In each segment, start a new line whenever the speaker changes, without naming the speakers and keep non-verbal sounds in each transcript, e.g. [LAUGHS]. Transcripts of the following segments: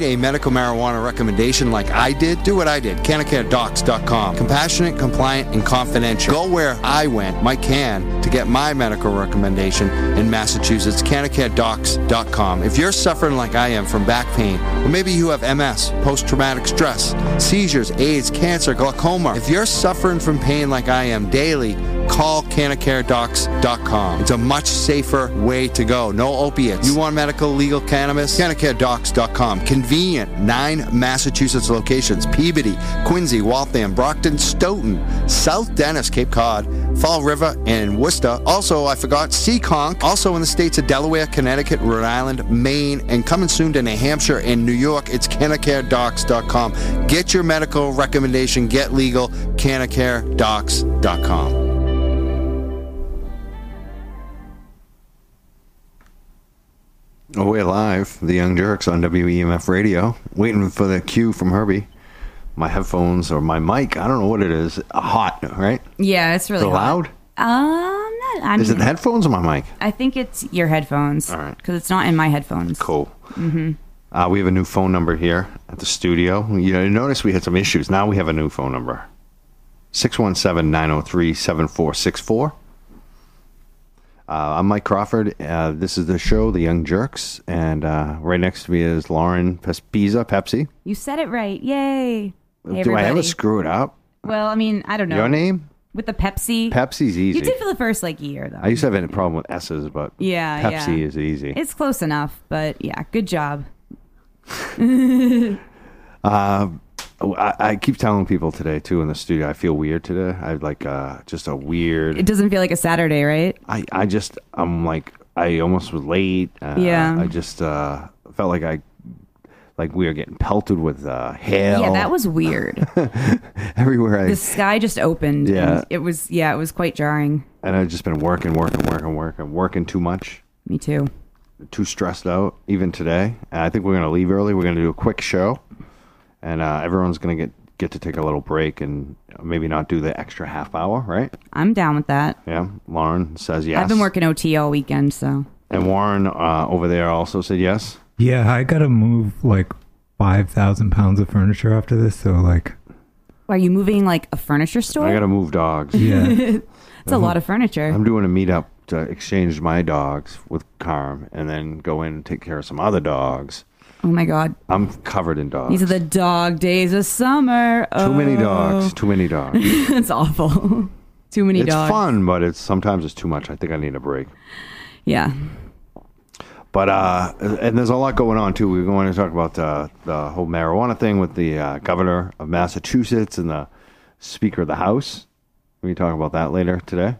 a medical marijuana recommendation like I did, do what I did. CanacareDocs.com. Compassionate, compliant, and confidential. Go where I went, Mike Can, to get my medical recommendation in Massachusetts. CanacareDocs.com. If you're suffering like I am from back pain, or maybe you have MS, post-traumatic stress, seizures, AIDS, cancer, glaucoma. If you're suffering from pain like I am daily, call canacaredocs.com. It's a much safer way to go. No opiates. You want medical legal cannabis? canacaredocs.com. Convenient. Nine Massachusetts locations. Peabody, Quincy, Waltham, Brockton, Stoughton, South Dennis, Cape Cod, Fall River, and Worcester. Also, I forgot Seekonk. Also in the states of Delaware, Connecticut, Rhode Island, Maine, and coming soon to New Hampshire and New York. It's canacaredocs.com. Get your medical recommendation. Get legal. canacaredocs.com. Oh, we're live. The Young Jerks on WEMF Radio. Waiting for the cue from Herbie. My headphones or my mic. I don't know what it is. Hot, right?
Yeah, it's really
Is it
hot.
loud?
Um, not. I'm,
Is it the headphones or my mic?
I think it's your headphones.
All right.
Because it's not in my headphones.
Cool.
Mm-hmm.
Uh, we have a new phone number here at the studio. You know, you notice we had some issues. Now we have a new phone number 617 903 7464. I'm Mike Crawford. Uh, this is the show, The Young Jerks. And uh, right next to me is Lauren Pespiza, Pepsi.
You said it right. Yay. Hey,
Do I ever
everybody.
screw it up?
well, I mean, I don't know.
Your name?
With the Pepsi.
Pepsi's easy.
You did for the first, like, year, though.
I used to have a problem with S's, but
Yeah,
Pepsi
yeah.
is easy.
it's close enough, but yeah, good job.
I, Oh, I keep telling people today too in the studio. I feel weird today. I have like uh, just a weird.
It doesn't feel like a Saturday, right?
I I just I'm like I almost was late. Uh,
Yeah.
I just uh, felt like I like we were getting pelted with uh, hail.
Yeah, that was weird.
[LAUGHS] everywhere. I
the sky just opened.
Yeah.
And it was, yeah, it was quite jarring.
and I've just been working, working, working, working, working too much.
Me too.
too stressed out even today. And I think we're going to leave early. We're going to do a quick show, and uh, everyone's going to get get to take a little break and maybe not do the extra half hour, right?
I'm down with that.
Yeah, Lauren says yes.
I've been working OT all weekend, so.
and Warren uh, over there also said yes.
Yeah, I gotta move like five thousand pounds of furniture after this. So like,
Are you moving like a furniture store?
I got to move dogs.
yeah,
[LAUGHS] It's a lot of furniture.
I'm doing a meetup to exchange my dogs with Carm, and then go in and take care of some other dogs.
oh my god.
I'm covered in dogs.
These are the dog days of summer. [LAUGHS]
too many dogs. Too many dogs.
That's awful. [LAUGHS] Too many
it's
dogs.
fun, but it's sometimes it's too much. I think I need a break.
Yeah.
But uh, and there's a lot going on too. We want to talk about uh, the whole marijuana thing with the uh, governor of Massachusetts and the Speaker of the House. We can talk about that later today.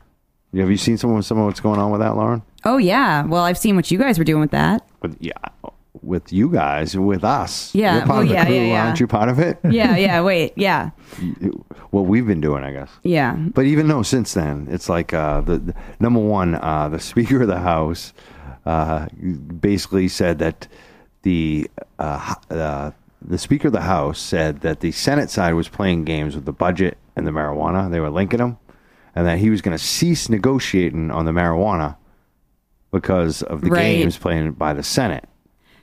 Have you seen someone? Some of what's going on with that, Lauren?
Oh yeah. Well, I've seen what you guys were doing with that.
[LAUGHS] With yeah, with you guys, with us.
Yeah,
You're part
well,
of the
yeah,
crew,
yeah, yeah.
aren't you? Part of it.
Yeah. Yeah. Wait. Yeah.
what we've been doing, I guess.
Yeah.
But even though since then, it's like uh, the, the number one, uh, the [LAUGHS] Speaker of the House uh, basically said that the uh, h- uh, the Speaker of the House said that the Senate side was playing games with the budget and the marijuana. They were linking them, and that he was going to cease negotiating on the marijuana because of the
Right.
games playing by the Senate.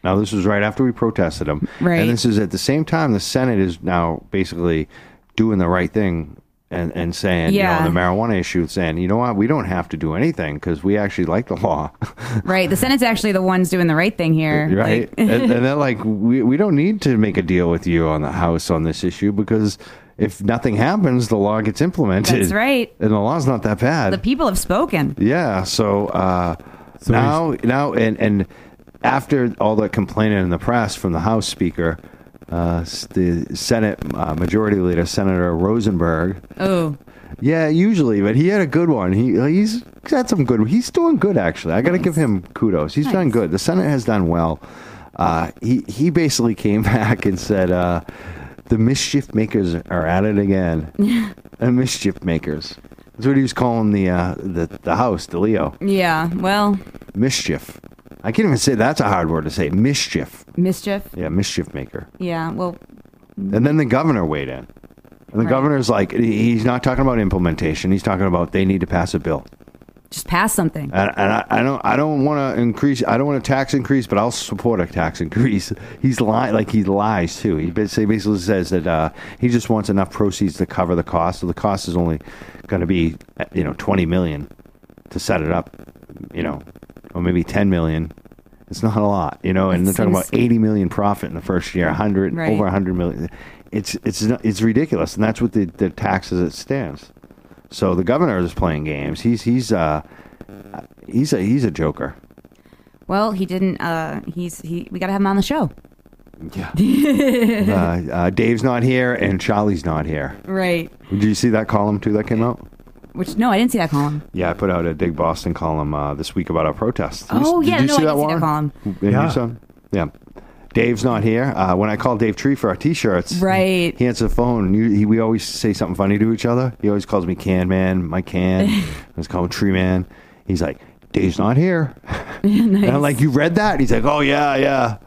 Now this was right after we protested him,
Right.
And this is at the same time the Senate is now basically doing the right thing and and saying, you know,
Yeah.
on the marijuana issue, saying, you know what, we don't have to do anything because we actually like the law,
Right. The Senate's actually the ones doing the right thing here.
[LAUGHS] right? and, and they're like, we we don't need to make a deal with you on the House on this issue because if nothing happens, the law gets implemented.
That's right.
and the law's not that bad.
The people have spoken.
Yeah. So, uh,
So
now, now, and and after all the complaining in the press from the House Speaker, uh, s- the Senate uh, Majority Leader Senator Rosenberg.
Oh.
Yeah, usually, but he had a good one. He he's had some good. He's doing good actually. I got to give him kudos. He's done
Nice.
good. The Senate has done well. Uh, he he basically came [LAUGHS] back and said. Uh, the mischief makers are at
[LAUGHS]
it again. the mischief makers. That's what he was calling the uh, the the house, the Leo
Yeah. Well,
mischief. I can't even say that's a hard word to say. Mischief.
mischief.
Yeah, mischief maker.
Yeah. Well,
And then the governor weighed in. And the
Right.
governor's like, he- he's not talking about implementation. He's talking about they need to pass a bill.
Just pass something.
And, and I, I don't, I don't want to increase. I don't want a tax increase, but I'll support a tax increase. [LAUGHS] He's lying, like he lies too. He basically, basically says that uh, he just wants enough proceeds to cover the cost. So the cost is only going to be, uh, you know, twenty million to set it up, you know, or maybe ten million. It's not a lot, you know. And
It
they're talking about
seems-
eighty million profit in the first year, hundred
Right.
over hundred million. It's it's not- it's ridiculous, and that's what the the tax as it stands. So the governor is playing games. He's he's uh he's a he's a joker.
Well, he didn't. Uh, he's he. We gotta have him on the show. [LAUGHS]
Yeah. uh, uh, Dave's not here and Charlie's not here.
Right.
Did you see that column too that came out?
Which no, I didn't see that column.
Yeah, I put out a Dig Boston column uh, this week about our protests. Did you-
Oh
did
yeah,
you
no,
see
I
that
didn't see
Warren?
that column.
Yeah.
Yeah.
you saw it? yeah. Dave's not here. Uh, when I call Dave Tree for our T-shirts,
Right. [LAUGHS]
He answers the phone. You, he, we always say something funny to each other. He always calls me Can Man, my Can. I was calling Tree Man. He's like, Dave's not here. [LAUGHS] And I'm like, you read that? He's like, oh yeah, yeah.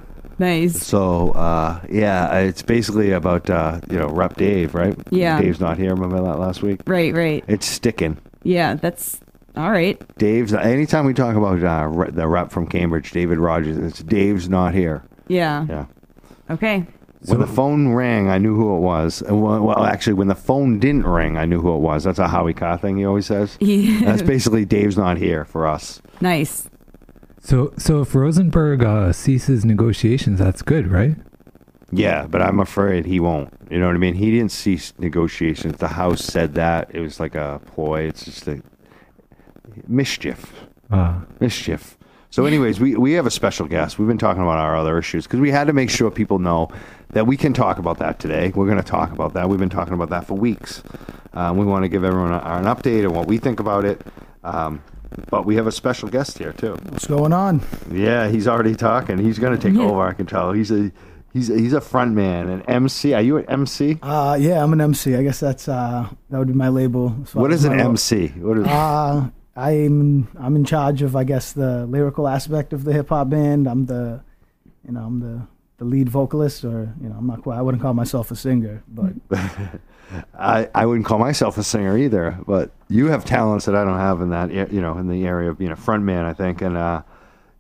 Nice.
So uh, yeah, it's basically about uh, you know Rep Dave, right?
Yeah.
Dave's not here. Remember that last week?
Right. Right.
It's sticking.
Yeah. That's all right.
Dave's. Anytime we talk about uh, re- the rep from Cambridge, David Rogers, it's Dave's not here.
Yeah.
Yeah.
Okay.
when the phone rang, I knew who it was. Uh, Well, well, actually, when the phone didn't ring, I knew who it was. That's a Howie Carr thing he always says.
Yeah.
That's basically Dave's not here for us.
Nice.
So, so if Rosenberg uh, ceases negotiations, that's good, right?
Yeah, but I'm afraid he won't. You know what I mean? He didn't cease negotiations. The House said that it was like a ploy. It's just a mischief.
Uh,
mischief. So, anyways, we, we have a special guest. We've been talking about our other issues because we had to make sure people know that we can talk about that today. We're going to talk about that. We've been talking about that for weeks. Um, we want to give everyone a, an update on what we think about it. Um, but we have a special guest here too.
What's going on?
Yeah, he's already talking. He's going to take over. I can tell. He's a he's a, he's a front man, an MC. Are you an MC?
Uh, yeah, I'm an MC. I guess that's uh, that would be my label. So
What is an
my-
MC? What is
Uh, I'm I'm in charge of I guess the lyrical aspect of the hip hop band. I'm the, you know, I'm the the lead vocalist, or you know, I'm not quite. I wouldn't call myself a singer, but
I, I wouldn't call myself a singer either, but you have talents that I don't have in that ar- you know in the area of being a front man, I think, and uh,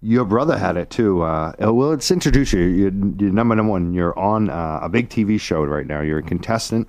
your brother had it too. Uh, oh, well, let's introduce you. You're, you're number one. You're on uh, a big TV show right now. You're a contestant,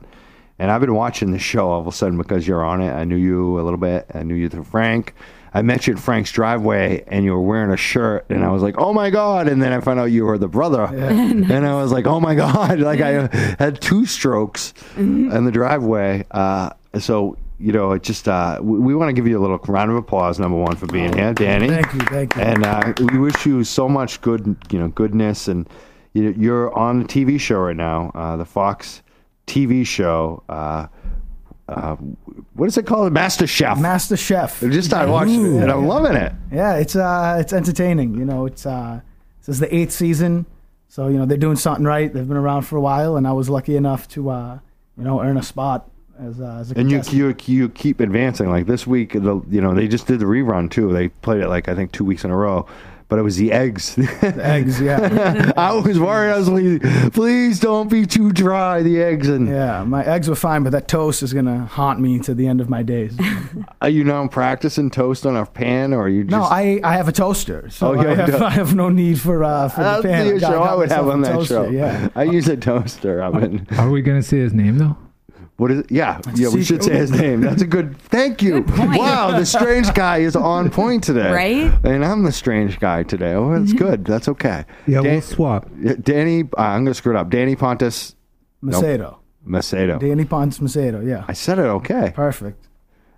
and I've been watching the show all of a sudden because you're on it. I knew you a little bit. I knew you through Frank. I met you at Frank's driveway, and you were wearing a shirt, and I was like, "Oh my god!" And then I found out you were the
[LAUGHS]
brother, and I was like, "Oh my god!" [LAUGHS] Like I had two strokes
Mm-hmm.
in the driveway. Uh, so you know, it just uh, we, we want to give you a little round of applause, number one, for being here, Danny.
Oh, Thank you, thank you.
And uh, we wish you so much good, you know, goodness. And you- you're on the TV show right now, uh, the Fox TV show. Uh, uh, what is it called? Master Chef.
Master Chef.
I just started watching it, and I'm loving it.
Yeah, it's uh, it's entertaining. You know, it's uh, this is the eighth season, so you know they're doing something right. They've been around for a while, and I was lucky enough to uh, you know, earn a spot as uh, as a
And you,
contestant.
you you keep advancing. Like this week, the you know they just did the rerun too. They played it like I think two weeks in a row, but it was the eggs. [LAUGHS]
eggs, yeah,
I was worried. I was like, please don't be too dry. The eggs and
yeah. My eggs were fine, but that toast is gonna haunt me to the end of my days.
[LAUGHS] are you now practicing toast on a pan or are you just?
No, I I have a toaster, so
Oh, you
I,
have
have,
a toast.
I have no need for uh for
That's
the pan.
the
I got-
show
got
I would have
myself a
on that
toaster,
show.
Yeah.
I use a toaster oven.
are we going to say his name though?
What is it? Yeah, yeah. We should say his name. That's a good. Thank you.
point.
Wow, the strange guy is on point today.
Right?
And I'm the strange guy today. Oh, that's good. That's okay.
Yeah,
Dan-
we'll swap.
Yeah, Danny, uh, I'm gonna screw it up. Danny Pontus
Macedo,
Macedo.
Danny Ponce Macedo, yeah,
I said it okay.
perfect.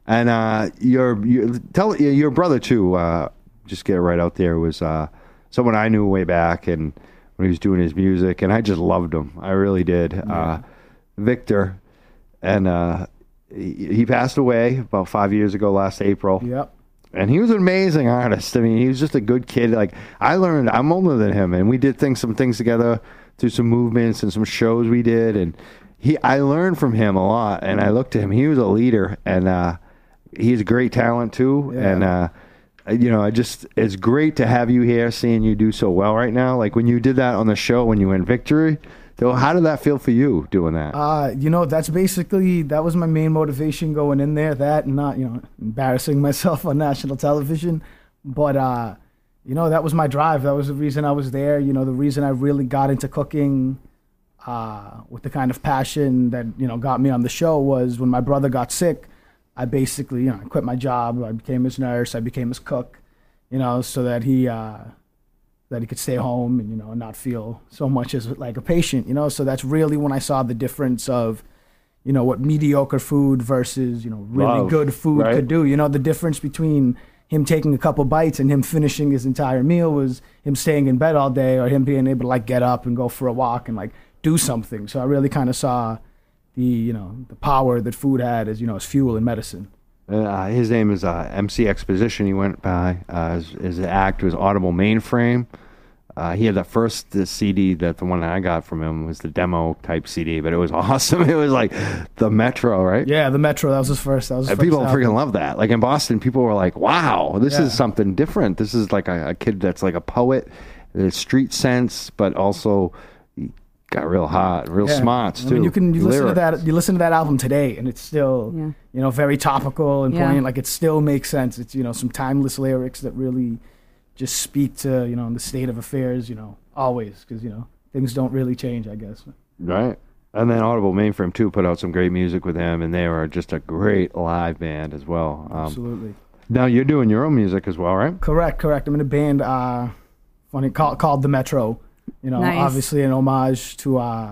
And uh, your, your tell yeah, your brother too. Uh, just get it right out there was uh, someone I knew way back, and when he was doing his music, and I just loved him. I really did. Uh, Victor, and uh, he, he passed away about five years ago, last April.
Yep.
And he was an amazing artist. I mean, he was just a good kid. Like I learned, I'm older than him, and we did things, some things together through some movements and some shows we did. And he, I learned from him a lot. And I looked to him. He was a leader, and uh, he's a great talent too.
Yeah.
And uh, you know, I just it's great to have you here, seeing you do so well right now. Like when you did that on the show when you went victory. So how did that feel for you doing that?
Uh, you know, that's basically that was my main motivation going in there. That and not, you know, embarrassing [LAUGHS] myself on national television, but uh, you know, that was my drive. That was the reason I was there. You know, the reason I really got into cooking uh, with the kind of passion that you know got me on the show was when my brother got sick. I basically, you know, I quit my job. I became his nurse. I became his cook. You know, so that he. Uh, that he could stay home and you know not feel so much as like a patient you know so that's really when i saw the difference of you know what mediocre food versus you know really
Love,
good food
right?
could do you know the difference between him taking a couple bites and him finishing his entire meal was him staying in bed all day or him being able to like get up and go for a walk and like do something so i really kind of saw the you know the power that food had as you know as fuel and medicine
Uh, his name is uh, MC Exposition. He went by uh, his, his act was Audible Mainframe. Uh, he had the first the CD that the one that I got from him was the demo type CD, but it was [LAUGHS] awesome. It was like the Metro, right?
yeah the metro that was his first that was his
And
first
people
album.
freaking love that. Like in Boston, people were like, "Wow, this
Yeah.
is something different. This is like a, a kid that's like a poet, there's street sense, but also he got real hot, real
Yeah.
smarts
I
too."
mean, you can you listen to
Lyrics.
that you listen to that album today, and it's still
Yeah.
you know very topical and
Yeah.
poignant. Like it still makes sense. It's you know some timeless lyrics that really just speak to you know the state of affairs. You know always because you know things don't really change. I guess.
Um, Right. And then Audible Mainframe too put out some great music with him, and they are just a great live band as well. Um,
Absolutely.
now you're doing your own music as well, right?
Correct. Correct. I'm in a band. Uh, funny called called the Metro. You know,
Nice.
obviously an homage to uh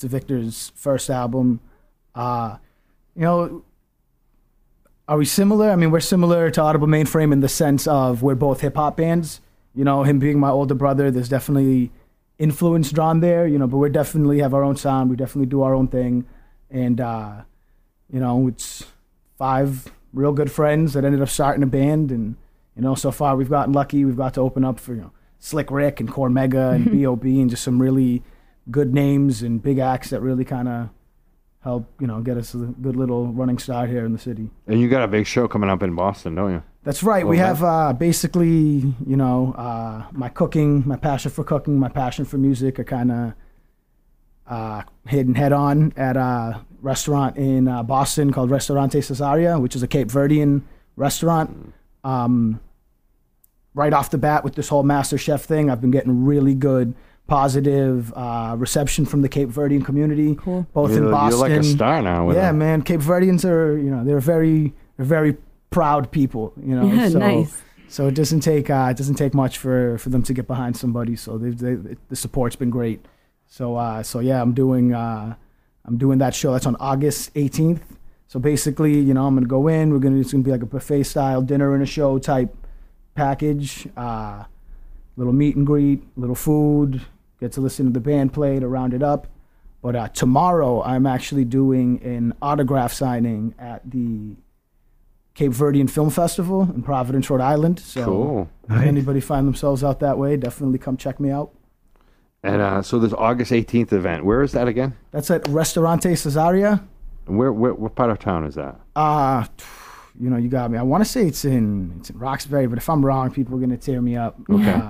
to Victor's first album. Uh, you know, are we similar? I mean, we're similar to Audible Mainframe in the sense of we're both hip hop bands. You know, him being my older brother, there's definitely influence drawn there. You know, but we are definitely have our own sound. We definitely do our own thing, and uh, you know, it's five real good friends that ended up starting a band, and you know, so far we've gotten lucky. We've got to open up for you know Slick Rick and Core Mega and Bob and just some really good names and big acts that really kind of help you know get us a good little running start here in the city.
And you got a big show coming up in Boston, don't you?
That's right. We
Well,
have uh, basically, you know, uh, my cooking, my passion for cooking, my passion for music are kind of uh, hidden head on at a restaurant in uh, Boston called Restaurante Cesaria, which is a Cape Verdean restaurant. Um, right off the bat with this whole Master Chef thing, I've been getting really good, positive uh, reception from the Cape Verdean community,
Cool.
both
you're,
in Boston.
You're like a star now. With
Yeah,
them.
man. Cape Verdeans are, you know, they're very, they're very proud people. You know,
Yeah,
so,
nice.
So it doesn't take, uh, it doesn't take much for for them to get behind somebody. So they've, they, the support's been great. So, uh, so yeah, I'm doing, uh, I'm doing that show. That's on August 18th. So basically, you know, I'm gonna go in. We're gonna it's gonna be like a buffet style dinner and a show type package. Uh, little meet and greet, little food, get to listen to the band play to round it up. But uh, tomorrow, I'm actually doing an autograph signing at the Cape Verdean Film Festival in Providence, Rhode Island. So,
Cool.
if anybody find themselves out that way, definitely come check me out.
And uh, so this August 18th event, where is that again?
That's at Restaurante Cesaria.
And Where, where what part of town is that?
Uh, you know, you got me. I want to say it's in it's in Roxbury, but if I'm wrong, people are gonna tear me up. Okay.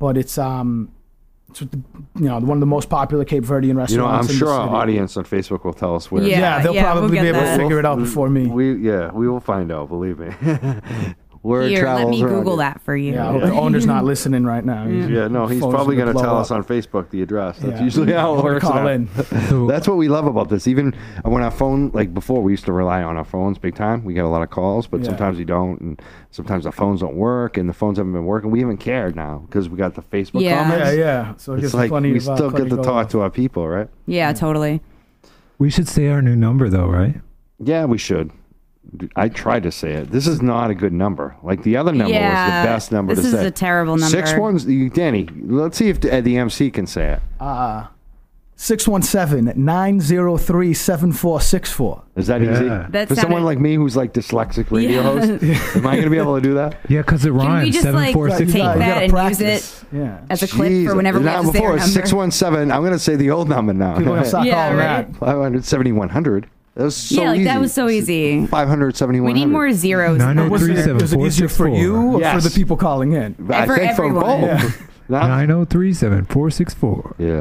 but it's um, it's with the, you know one of the most popular Cape Verdean restaurants.
You know, I'm
in the
sure our
city.
audience on Facebook will tell us where.
Yeah.
Yeah, they'll
we'll
probably
get
be able
that.
to figure it out before me.
We yeah, we will find out. Believe me. [LAUGHS] Where
Here, let
travels
me
around
Google
it.
that for you.
yeah,
[LAUGHS]
I hope the owner's not listening right now.
Yeah, no, he's
Phone's
probably going
gonna
to
blow
tell
up.
us on Facebook the address. That's
Yeah.
usually how it
Or
works.
call
now.
in.
[LAUGHS]
So-
That's what we love about this. Even when our phone, like before, we used to rely on our phones big time. We get a lot of calls, but
Yeah.
sometimes we don't, and sometimes the phones don't work, and the phones haven't been working. We haven't cared now because we got the Facebook
Yeah.
comments.
Yeah, yeah. So it
It's
gives
like
plenty
we
of, uh,
still
plenty
get to
go
talk
on.
to our people, right?
yeah, totally.
we should say our new number though, right?
Yeah, we should. I tried to say it. This is not a good number. Like the other number
yeah,
was the best number
This
to
is
say.
a terrible number.
Six ones, Danny. Let's see if the, uh, the MC can say it.
617-903-7464.
Is that
Yeah.
easy?
That
For someone
sounded-
like me who's like dyslexic radio host,
[LAUGHS]
am I going to be able to do that?
Yeah, because it
Can we
rhymes.
just
Seven
like
four six
take
gotta-
one.
you
that
gotta
and
practice.
use it
Yeah.
as a clip
Jesus.
for whenever we
Not
have to say
before
our
it's
number?
617. I'm going to say the old number now.
People are gonna stop
Yeah,
calling
right?
that.
500, 7100. That was so
yeah, like
easy.
that was so easy.
500,
We need more zeros. in
oh
the
903
number.
seven-
Was it easier for you or
Yes.
for the
[LAUGHS]
people calling in?
I
For
think for [LAUGHS]
everyone.
both. Now-
oh Nine zero three seven four six four.
yeah.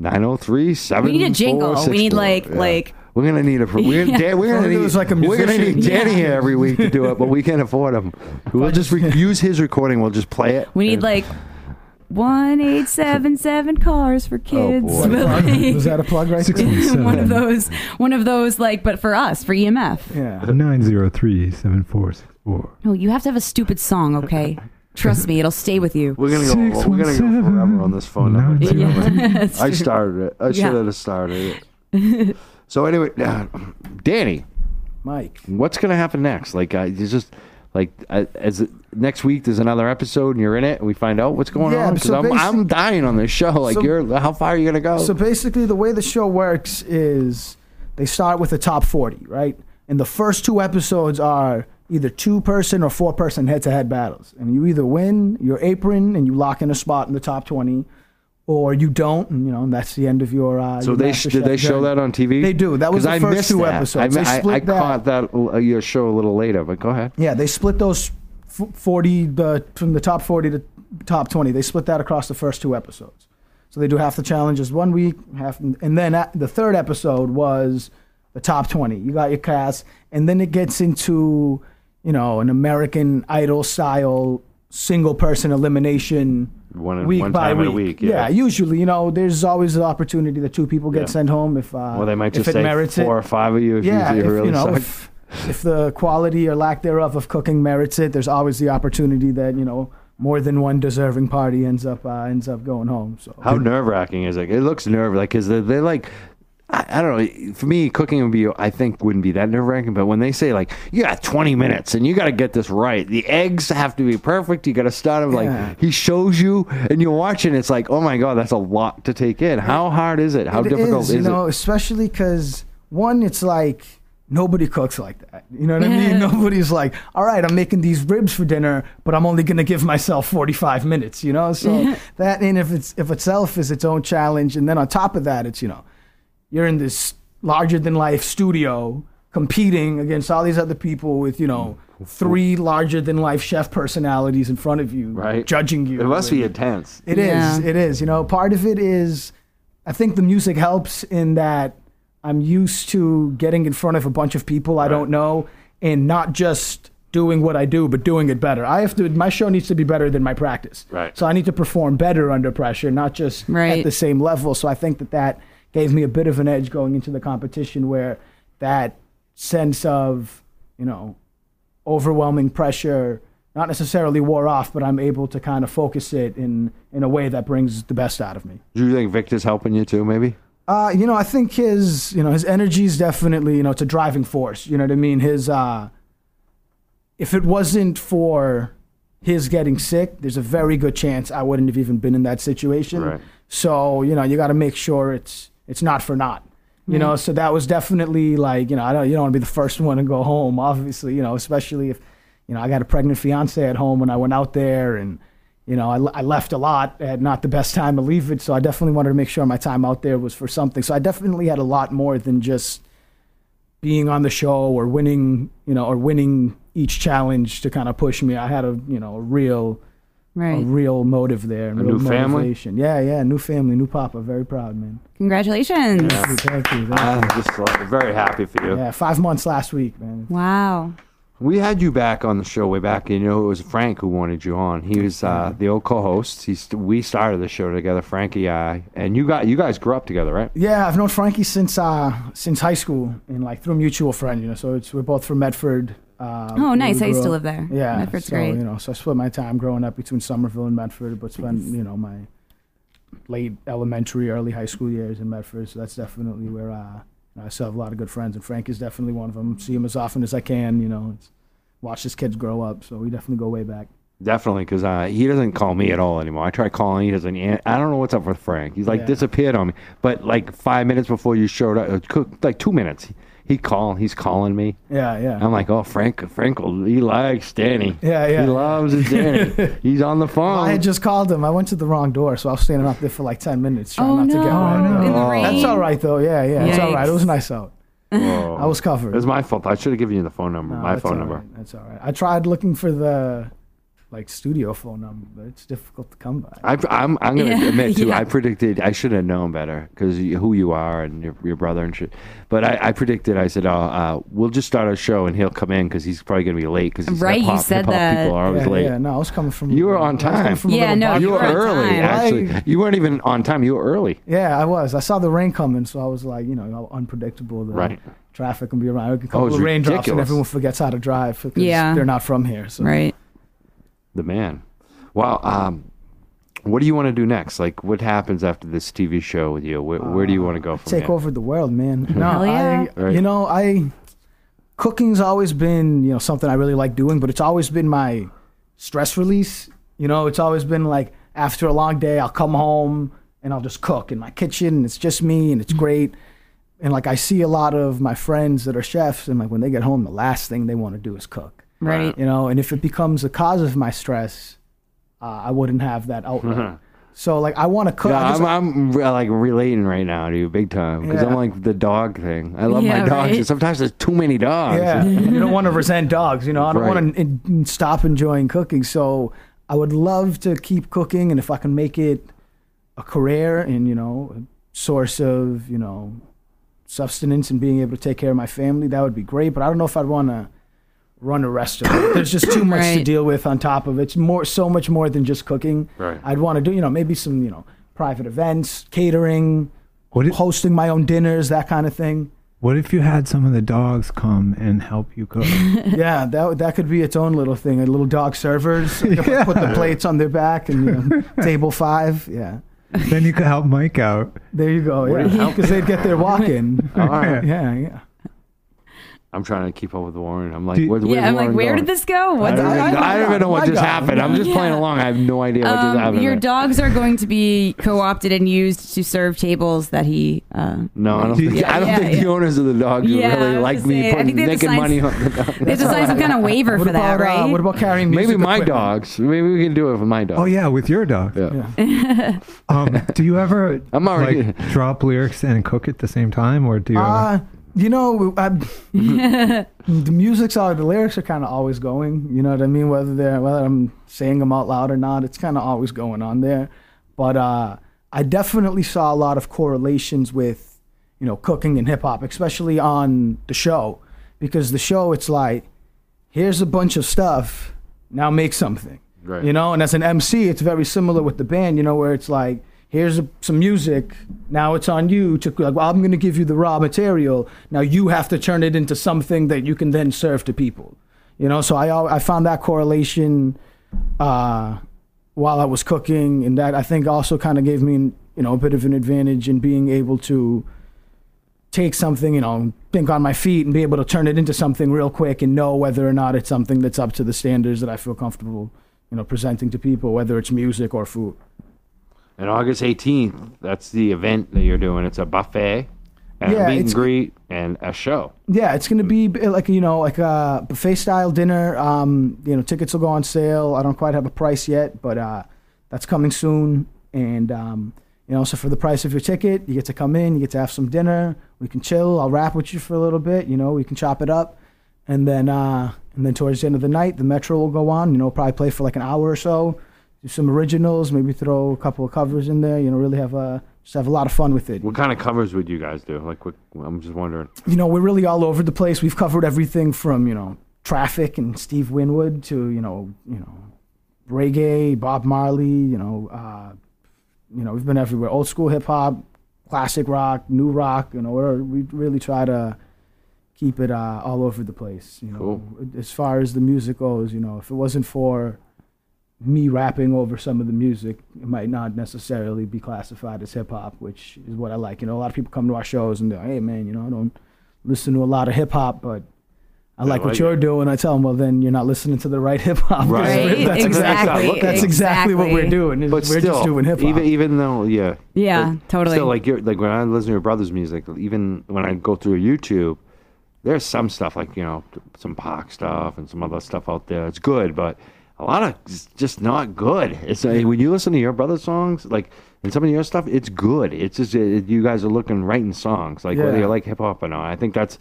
903
We need a jingle. We need, like- like-
We're gonna need a.
[LAUGHS]
We're,
Yeah.
Dan, we're
Or
gonna
it
need.
was like a
we're gonna
musician.
need Danny
Yeah.
here every week to do it, but we can't afford
[LAUGHS]
him. We'll just re- use his recording. We'll just play it.
We need
and-
like one eight seven seven cars for kids.
Oh, boy.
but, like,
Was that a plug right
Six
there?
one
[LAUGHS]
seven.
one of those, one of those, like, but for us, for E EMF.
Yeah.
Nine zero three seven four six four.
No, you have to have a stupid song, okay? Trust me, it'll stay with you.
We're gonna go.
Six,
we're
one,
gonna go
seven,
forever on this phone number.
nine,
thing.
[LAUGHS]
zero,
I'm like,
That's
I
true.
started it. I
Yeah.
should have started it.
[LAUGHS]
so anyway, uh, Danny,
Mike.
what's gonna happen next? Like, uh, you just like uh, as it- next week there's another episode and you're in it and we find out what's going
Yeah,
on 'Cause
so
I'm,
basi-
I'm dying on this show. Like,
So-
you're how far are you gonna go?
So basically, the way the show works is they start with the top 40, right? And the first two episodes are either two person or four person head to head battles. And you either win your apron and you lock in a spot in the top 20, or you don't, and you know, and that's the end of your. Uh,
So
your
they sh- did they
MasterChef
show
journey.
that on TV?
They do. That
'Cause
was the
I
first
missed
two
that.
episodes.
I, mi-
They
I,
split
I
that.
caught that uh, your show a little later, but go ahead.
Yeah, they split those f- 40 uh, from the top 40 to top 20. They split that across the first two episodes. So they do half the challenges one week, half, and then at, the third episode was the top 20. You got your cast, and then it gets into, you know, an American Idol style single person elimination
One-
week
one
by
time in
week.
a week, yeah.
usually, you know, there's always an opportunity that two people get
Yeah.
sent home if uh,
Well, they might
if
just
it
say
merits
four
it
or five of you if
yeah,
you,
if,
you really
you know,
suck.
if, if the quality or lack thereof of cooking merits it, there's always the opportunity that you know more than one deserving party ends up uh, ends up going home. So
How nerve wracking is it? It looks nerve like because they're, they're like. I I don't know. For me, cooking would be, I think, wouldn't be that nerve wracking. But when they say, like, you got 20 minutes and you got to get this right, the eggs have to be perfect. You got to start them.
Yeah.
Like, he shows you and you're watching. It's like, oh my God, that's a lot to take in. How hard is it? How
It
difficult is,
you know,
it?
especially because one, it's like nobody cooks like that. You know what I mean? [LAUGHS] Nobody's like, all right, I'm making these ribs for dinner, but I'm only gonna give myself 45 minutes. You know, so that in if it's if itself is its own challenge, and then on top of that, it's you know, you're in this larger than life studio competing against all these other people with you know
Mm.
three larger than life chef personalities in front of you
Right.
judging you
It must
and-
be intense.
it is.
Yeah.
It is. You know, part of it is, I think the music helps in that I'm used to getting in front of a bunch of people I don't know and not just doing what I do, but doing it better. I have to. My show needs to be better than my practice.
Right.
So I need to perform better under pressure, not just at
Right.
the same level. So I think that that gave me a bit of an edge going into the competition, where that sense of you know overwhelming pressure not necessarily wore off, but I'm able to kind of focus it in in a way that brings the best out of me.
Do you think Victor's helping you too, maybe?
Uh, you know, I think his you know his energy is definitely you know it's a driving force. You know what I mean? His uh, if it wasn't for his getting sick, there's a very good chance I wouldn't have even been in that situation.
Right.
So you know you got to make sure it's it's not for naught. You know, so that was definitely like you know I don't you don't want to be the first one to go home. [LAUGHS] Obviously, you know, especially if you know I got a pregnant fiance at home when I went out there and. You know, I, le- I left a lot at not the best time to leave it, so I definitely wanted to make sure my time out there was for something. So I definitely had a lot more than just being on the show or winning, you know, or winning each challenge to kind of push me. I had a, you know, a real, a
Right.
real motive there, a
new
real
family?
motivation. Yeah, yeah, new family, new papa. Very proud, man.
Congratulations.
Thank you, thank you. thank you.
I'm Uh, just like, very happy for you.
Yeah, five months last week, man.
Wow.
We had you back on the show way back. You know, it was Frank who wanted you on. He was uh, the old co-host. He's we started the show together, Frankie I, and you got you guys grew up together, right?
Yeah, I've known Frankie since uh since high school and like through a mutual friend, you know. So it's we're both from Medford. Uh,
Oh,
we
nice. I
grew
used to
up-
live there.
Yeah,
Medford's
so,
great.
You know, so I split my time growing up between Somerville and Medford, but spent you know my late elementary, early high school years in Medford. So that's definitely where uh, you know, I still have a lot of good friends, and Frank is definitely one of them. See him as often as I can. You know, it's, watch his kids grow up. So we definitely go way back.
Definitely, because uh, he doesn't call me at all anymore. I try calling, he doesn't. an- I don't know what's up with Frank. He's like
Yeah.
disappeared on me. But like five minutes before you showed up, uh, co- like two minutes, he call. He's calling me.
Yeah, yeah.
I'm like, oh, Frank, Frank, will- he likes Danny.
Yeah, yeah.
He loves his [LAUGHS] Danny. he's on the phone.
I had just called him. I went to the wrong door, so I was standing up there for like ten minutes trying
Oh,
not to
no.
get wet.
Oh, no.
In the
Oh.
rain.
That's all right though. Yeah, yeah. It's all right. It was
Yikes.
nice out.
Whoa.
I was covered.
It was my fault. I should have given you the phone number.
No,
my
that's
phone
all
number.
right. That's all right. I tried looking for the like studio phone number, but it's difficult to come by.
I, I'm I'm gonna
Yeah,
admit too.
yeah.
I predicted. I should have known better because who you are and your, your brother and shit. But I, I predicted. I said, "Oh, uh, we'll just start a show and he'll come in because he's probably gonna be late because
Right, you
Hip-hop,
said
hip-hop
that.
People are always
yeah,
late.
yeah, no, I was coming from.
You were on
I was coming
time.
from a
Yeah,
little
no,
bar-
you
You were
were on
early.
time.
Actually,
I-
you weren't even on time. You were early.
Yeah, I was. I saw the rain coming, so I was like, you know, how unpredictable the
Right.
traffic can be around. A couple
it's
of raindrops, and
ridiculous.
everyone forgets how to drive because
Yeah.
they're not from here. So
Right.
The man. Wow. Um, what do you want to do next? Like, what happens after this TV show with you? Where, where do you want to go from
take
here?
over the world, man.
[LAUGHS]
No,
Hell yeah.
I,
Right.
you know, I cooking's always been you know something I really like doing, but it's always been my stress release. You know, it's always been like after a long day, I'll come home and I'll just cook in my kitchen, and it's just me, and it's
Mm-hmm.
great. And like I see a lot of my friends that are chefs, and like when they get home, the last thing they want to do is cook.
Right.
You know, and if it becomes a cause of my stress, uh, I wouldn't
[LAUGHS]
have that outlet. so like I want to cook.
Yeah,
I just-
I'm, I'm re- like relating right now to you big time because I'm
Yeah.
like the dog thing. I love my
Yeah,
dogs.
right.
and Sometimes there's too many dogs.
Yeah, and you don't want to resent dogs. You know, I don't
Right.
want to in, in- stop enjoying cooking. So I would love to keep cooking, and if I can make it a career and you know a source of you know substance and being able to take care of my family, that would be great. But I don't know if I'd want to run a restaurant. There's just too much to
Right.
deal with on top of it. It's more, so much more than just cooking.
Right.
I'd want to do you know maybe some you know private events, catering,
What if,
hosting my own dinners, that kind of thing.
what if you had some of the dogs come and help you cook?
Yeah, that that could be its own little thing. A little dog
[LAUGHS]
servers put the plates on their back and you know, table five. Yeah,
then you could help Mike out.
there you go.
Wouldn't
Yeah,
help.
because they'd get their walk in.
[LAUGHS] All right.
Yeah, yeah.
I'm trying to keep up with Warren. I'm like,
Do-
where's, where's
Yeah, I'm like,
Warren
where
going?
did this go?
I
What's
don't, even,
I- I-
I don't even know what
my
just
God.
happened. I'm just
Yeah.
playing along. I have no idea what just
um,
happened.
your
there.
dogs are going to be co-opted and used to serve tables that he. Uh,
no, I don't think,
Yeah,
I don't
yeah,
think
yeah.
the owners of the dogs
Yeah, I
really
was
like
gonna
me
say, I
putting,
think they have to
making
sign-
money on the
[LAUGHS]
dogs.
they have to sign some kind of waiver
What
for that,
about, uh,
right?
what about carrying music
Maybe my
equipment?
dogs. Maybe we can do it for my dog.
Oh yeah, with your dog.
Yeah.
[LAUGHS] Um, do you ever
[LAUGHS] I'm already-
like drop lyrics and cook at the same time, or do you? Uh,
Uh, you know, I, [LAUGHS] the music's all the lyrics are kind of always going. You know what I mean? Whether they're whether I'm saying them out loud or not, it's kind of always going on there. But uh, I definitely saw a lot of correlations with you know cooking and hip hop, especially on the show, because the show it's like here's a bunch of stuff, now make something.
Right.
You know, and as an MC, it's very similar with the band, you know, where it's like, here's a, some music, now it's on you to, like, well, I'm going to give you the raw material. Now you have to turn it into something that you can then serve to people. You know, so I, al- I found that correlation uh, while I was cooking, and that I think also kind of gave me, you know, a bit of an advantage in being able to take something, you know, think on my feet and be able to turn it into something real quick and know whether or not it's something that's up to the standards that I feel comfortable, you know, presenting to people, whether it's music or food.
And August 18th, that's the event that you're doing. It's a buffet and a
Yeah,
meet and
it's-
greet and a show.
Yeah, it's gonna be b- like you know, like a buffet style dinner. Um, you know, tickets will go on sale. I don't quite have a price yet, but uh, that's coming soon. And um, you know, so for the price of your ticket, you get to come in, you get to have some dinner. We can chill. I'll rap with you for a little bit. You know, we can chop it up, and then uh, and then towards the end of the night, the metro will go on. You know, probably play for like an hour or so. Do some originals, maybe throw a couple of covers in there. You know, really have a just have a lot of fun with it
What kind of covers would you guys do? Like, what, I'm just wondering.
you know, we're really all over the place. We've covered everything from, you know, traffic and Steve Winwood to, you know, you know, reggae, Bob Marley, you know, uh, you know, we've been everywhere. Old school hip hop, classic rock, new rock, you know, whatever. we really try to keep it uh, all over the place, you know.
Cool.
As far as the music goes, you know, if it wasn't for me rapping over some of the music, it might not necessarily be classified as hip hop, which is what I like. You know, a lot of people come to our shows and they're, hey man, you know, I don't listen to a lot of hip hop, but I like what
like
you're doing. I tell them, well, then you're not listening to the right [LAUGHS] hip hop.
Right,
That's,
exactly.
that's exactly what we're doing. is
But
we're
still,
just doing hip hop.
Even, even though, yeah.
Yeah,
Like,
totally.
Still, like, you're, like when I listen to your brother's music, even when I go through YouTube, there's some stuff like, you know, some Pac stuff and some other stuff out there. It's good, but a lot of it's just not good. It's uh, when you listen to your brother's songs, like, and some of your stuff, it's good. It's just uh you guys are looking writing songs, like whether
Yeah.
you like hip hop or not. I think that's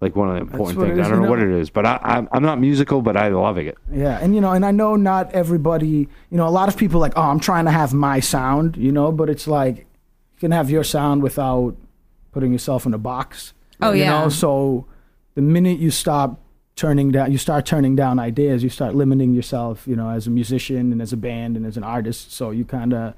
like one of the important
what it
things.
is,
I don't
you
know, what
know.
it is, but I, I'm I'm not musical, but I love it.
Yeah, and you know, and I know not everybody, you know, a lot of people like, oh, I'm trying to have my sound, you know, but it's like you can have your sound without putting yourself in a box.
Oh,
you
yeah.
Know? So the minute you stop turning down, you start turning down ideas, you start limiting yourself, you know, as a musician and as a band and as an artist. So you kind of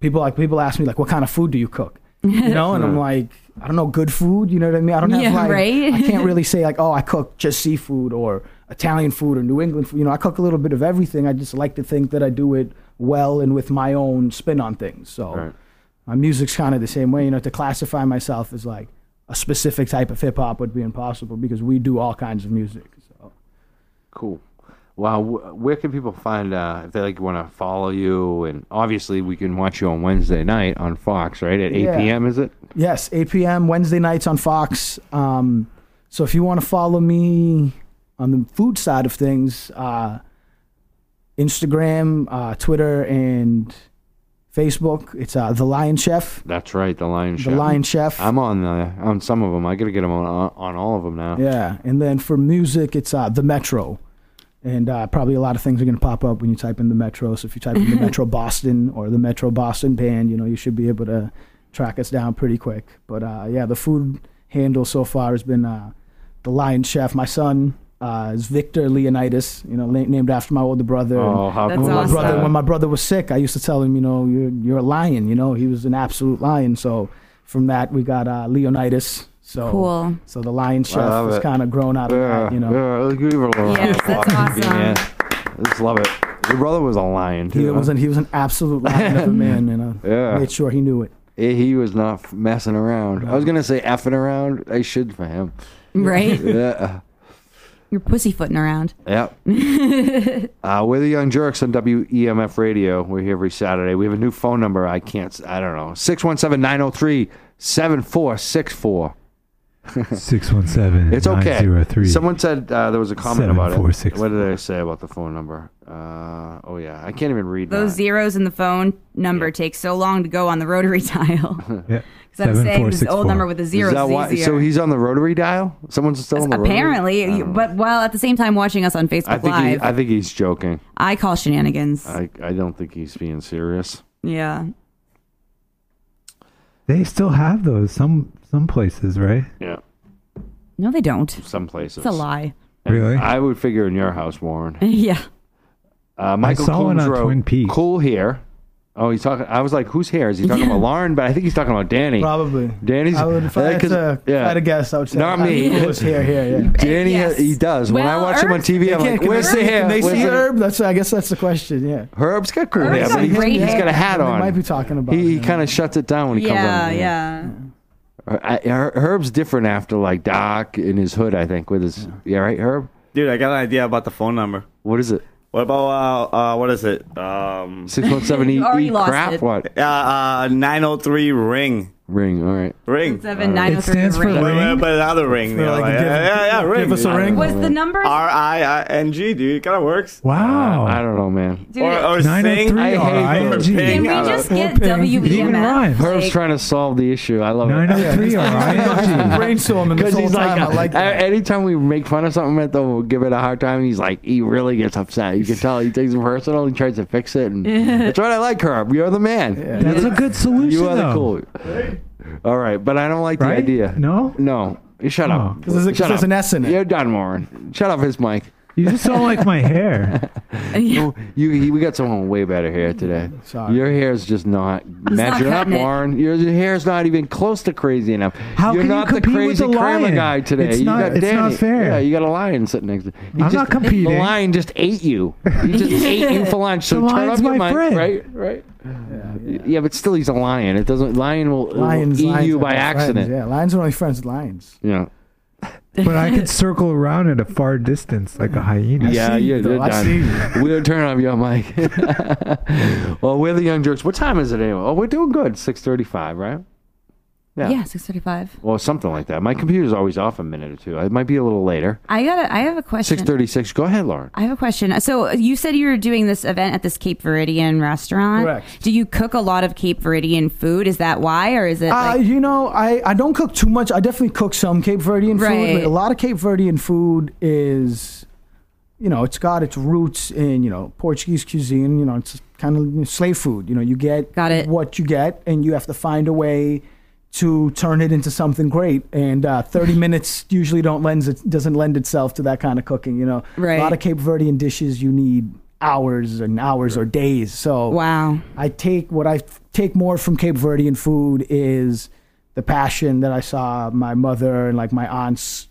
people like people ask me like, what kind of food do
[LAUGHS]
you cook? You know, and I'm like, I don't know, good food. You know what I mean? I don't have
Yeah,
like,
right?
I
[LAUGHS]
can't really say like, oh, I cook just seafood or Italian food or New England food. You know, I cook a little bit of everything. I just like to think that I do it well and with my own spin on things. So
Right.
my music's kind of the same way. You know, to classify myself as like a specific type of hip hop would be impossible because we do all kinds of music. So
Cool. Wow. Wh- Where can people find uh, if they like want to follow you? And obviously, we can watch you on Wednesday night on Fox, right at 8
Yeah.
p.m. Is it?
yes, 8 p.m. Wednesday nights on Fox. Um, so if you want to follow me on the food side of things, uh, Instagram, uh, Twitter, and Facebook. It's uh, the Lion Chef.
That's right. The Lion Chef.
The Lion Chef.
I'm on the on some of them. I gotta get them on on, on all of them now.
yeah, and then for music, it's uh, the Metro. And uh, probably a lot of things are going to pop up when you type in the Metro. So if you type in the Metro Boston or the Metro Boston Band, you know you should be able to track us down pretty quick. But uh, yeah, the food handle so far has been uh, the Lion Chef. My son uh, is Victor Leonidas, you know, la- named after my older brother. And-
Oh, how
That's
cool!
when my
awesome.
brother when my brother was sick, I used to tell him, you know, you're you're a lion. You know, he was an absolute lion. So from that we got uh, Leonidas. So
Cool.
So the lion chef
Love
was
it.
kind of grown out of
Yeah,
that. You know,
yeah, let's give her a little
Yes,
round of
that's
applause.
awesome.
Yeah. I just love it. Your brother was a lion too.
he
huh?
was an, he was an absolute
[LAUGHS]
lion of a man, and I
Yeah.
made sure he knew it.
Eh, he was not f- messing around. I was gonna say effing around. I should for him.
right?
[LAUGHS] Yeah.
You're pussyfooting around. [LAUGHS]
Yep. uh, we're the Young Jerks on WEMF Radio. We're here every Saturday. We have a new phone number. I can't, s- I don't know. 617 903 7464.
617
Uh, It's okay.
903.
Someone said uh, there was a comment about it.
7464.
What did I say about the phone number? Uh, oh, yeah. I can't even read
Those
that.
zeros in the phone number take so long to go on the rotary [LAUGHS] dial.
[LAUGHS]
yeah.
Because I'm saying this
7464.
old number with a
Is
zero is,
that why?
easier.
So he's on the rotary dial? Someone's still on the rotary
Apparently, you- but while at the same time watching us on Facebook
I think, he,
Live,
I
I,
think he's joking.
call shenanigans.
I, I don't think he's being serious.
yeah.
They still have those some some places, right?
Yeah,
No, they don't.
some places.
It's a lie.
Really?
I would figure in your house, Warren.
[LAUGHS] yeah.
Uh, Michael
saw one
Combs
on
wrote,
Twin Peaks.
Cool hair. Oh, he's talking. I was like, who's hair? Is he talking about Lauren? But I think he's talking about Danny.
Probably.
Danny's.
I would if I
uh,
had
'cause-
to, if I had to guess. I would say
Not me.
It was here, here, yeah.
Danny,
Yes.
he does. when I
Well,
watch him on
Herb-
TV, I'm
Yeah,
like,
can
where's
they,
the hair?
can they
Where's
see
the-
Herb? That's I guess that's the question. Yeah.
Herb's got cool hair,
Herb's
but
got
he's,
great
he's got a
hair.
hat
They
on.
might be talking about
He, he
him.
kind of shuts it down when he comes
Yeah,
on.
yeah.
Uh, Her- Herb's different after like Doc in his hood, I think. With his yeah, right, Herb.
Dude, I got an idea about the phone number.
[LAUGHS]
What is it?
What about uh, uh what is it? Um
Six one seven E
Already lost
crap.
it.
What
uh, uh 903 ring.
ring? All right.
Ring.
Seven nine oh
It
three
stands for
ring.
Wait, wait,
Ring?
but another ring. you know,
like,
like,
give-
yeah, yeah, yeah, ring.
give us a ring.
Was the number?
R I I N G, dude. It kind of works.
Oh.
Wow.
I don't know, man.
Dude,
Or, or sing.
903
I hate
R-I-N-G.
her
can
ping.
we
I don't
just
know.
get
Open.
WEMF?
It even rhymes.
Herb's
Like,
trying to solve the issue. I love it.
903 R-I-N-G.
brainstorming this
Because
whole
he's like, uh,
time. I like that.
a- anytime we make fun of something, though, we'll give it a hard time. He's like, he really gets upset. You can tell he takes it personal. He tries to fix it, and that's what I like, Herb. You're the man.
That's a good solution,
You are the
though.
cool. All right, but I don't like
Right?
the idea.
No?
no, You shut up.
Because there's, a- Oh. 'cause
Shut
there's
up.
an S in it.
You're done, Warren. Shut up, his mic.
You just don't like my hair.
[LAUGHS] yeah.
You, he- we got someone way better here today.
Sorry.
Your hair is just not matching up,
cutting it.
Warren. Your, your hair is not even close to crazy enough.
How
You're
can you
not the
compete with
crazy
the
Kramer
lion?
guy today.
It's
you
not-
got
it's
Danny.
not fair.
Yeah, you got a lion sitting next to you. He
I'm not competing.
The lion just ate
[LAUGHS]
you. He just ate you for lunch. So
The
turn
lion's
up your
my
mind,
friend.
right? Right. Yeah, but still, he's a lion. It doesn't. Lion will, will
Lions,
eat
lions
you
are
E by
only friends.
accident.
Yeah, lions are only friends with lions.
Yeah.
But I could circle around at a far distance like a
Yeah,
hyena.
see
yeah,
you, though.
you're
I see
done. [LAUGHS] We'll turn off your mic. [LAUGHS] well, we're the Young Jerks. What time is it anyway? Oh, we're doing good. Six thirty-five, right? Yeah.
yeah, six thirty-five.
Well, something like that. My computer's always off a minute or two. It might be a little later.
I got. I have a question.
Six thirty-six. Go ahead, Lauren.
I have a question. So you said you were doing this event at this Cape Verdean restaurant.
Correct.
Do you cook a lot of Cape Verdean food? Is that why, or is it?
Uh,
like,
you know, I, I don't cook too much. I definitely cook some Cape Verdean food,
Right.
but a lot of Cape Verdean food is, you know, it's got its roots in you know Portuguese cuisine. You know, it's kind of you know, slave food. You know, you get
Got it.
what you get, and you have to find a way to turn it into something great. And
[LAUGHS]
uh, thirty minutes usually don't lends it doesn't lend itself to that kind of cooking. You know,
Right.
a lot of Cape Verdean dishes you need hours and hours or days. So
wow.
I take what I take more from Cape Verdean food is the passion that I saw my mother and like my aunts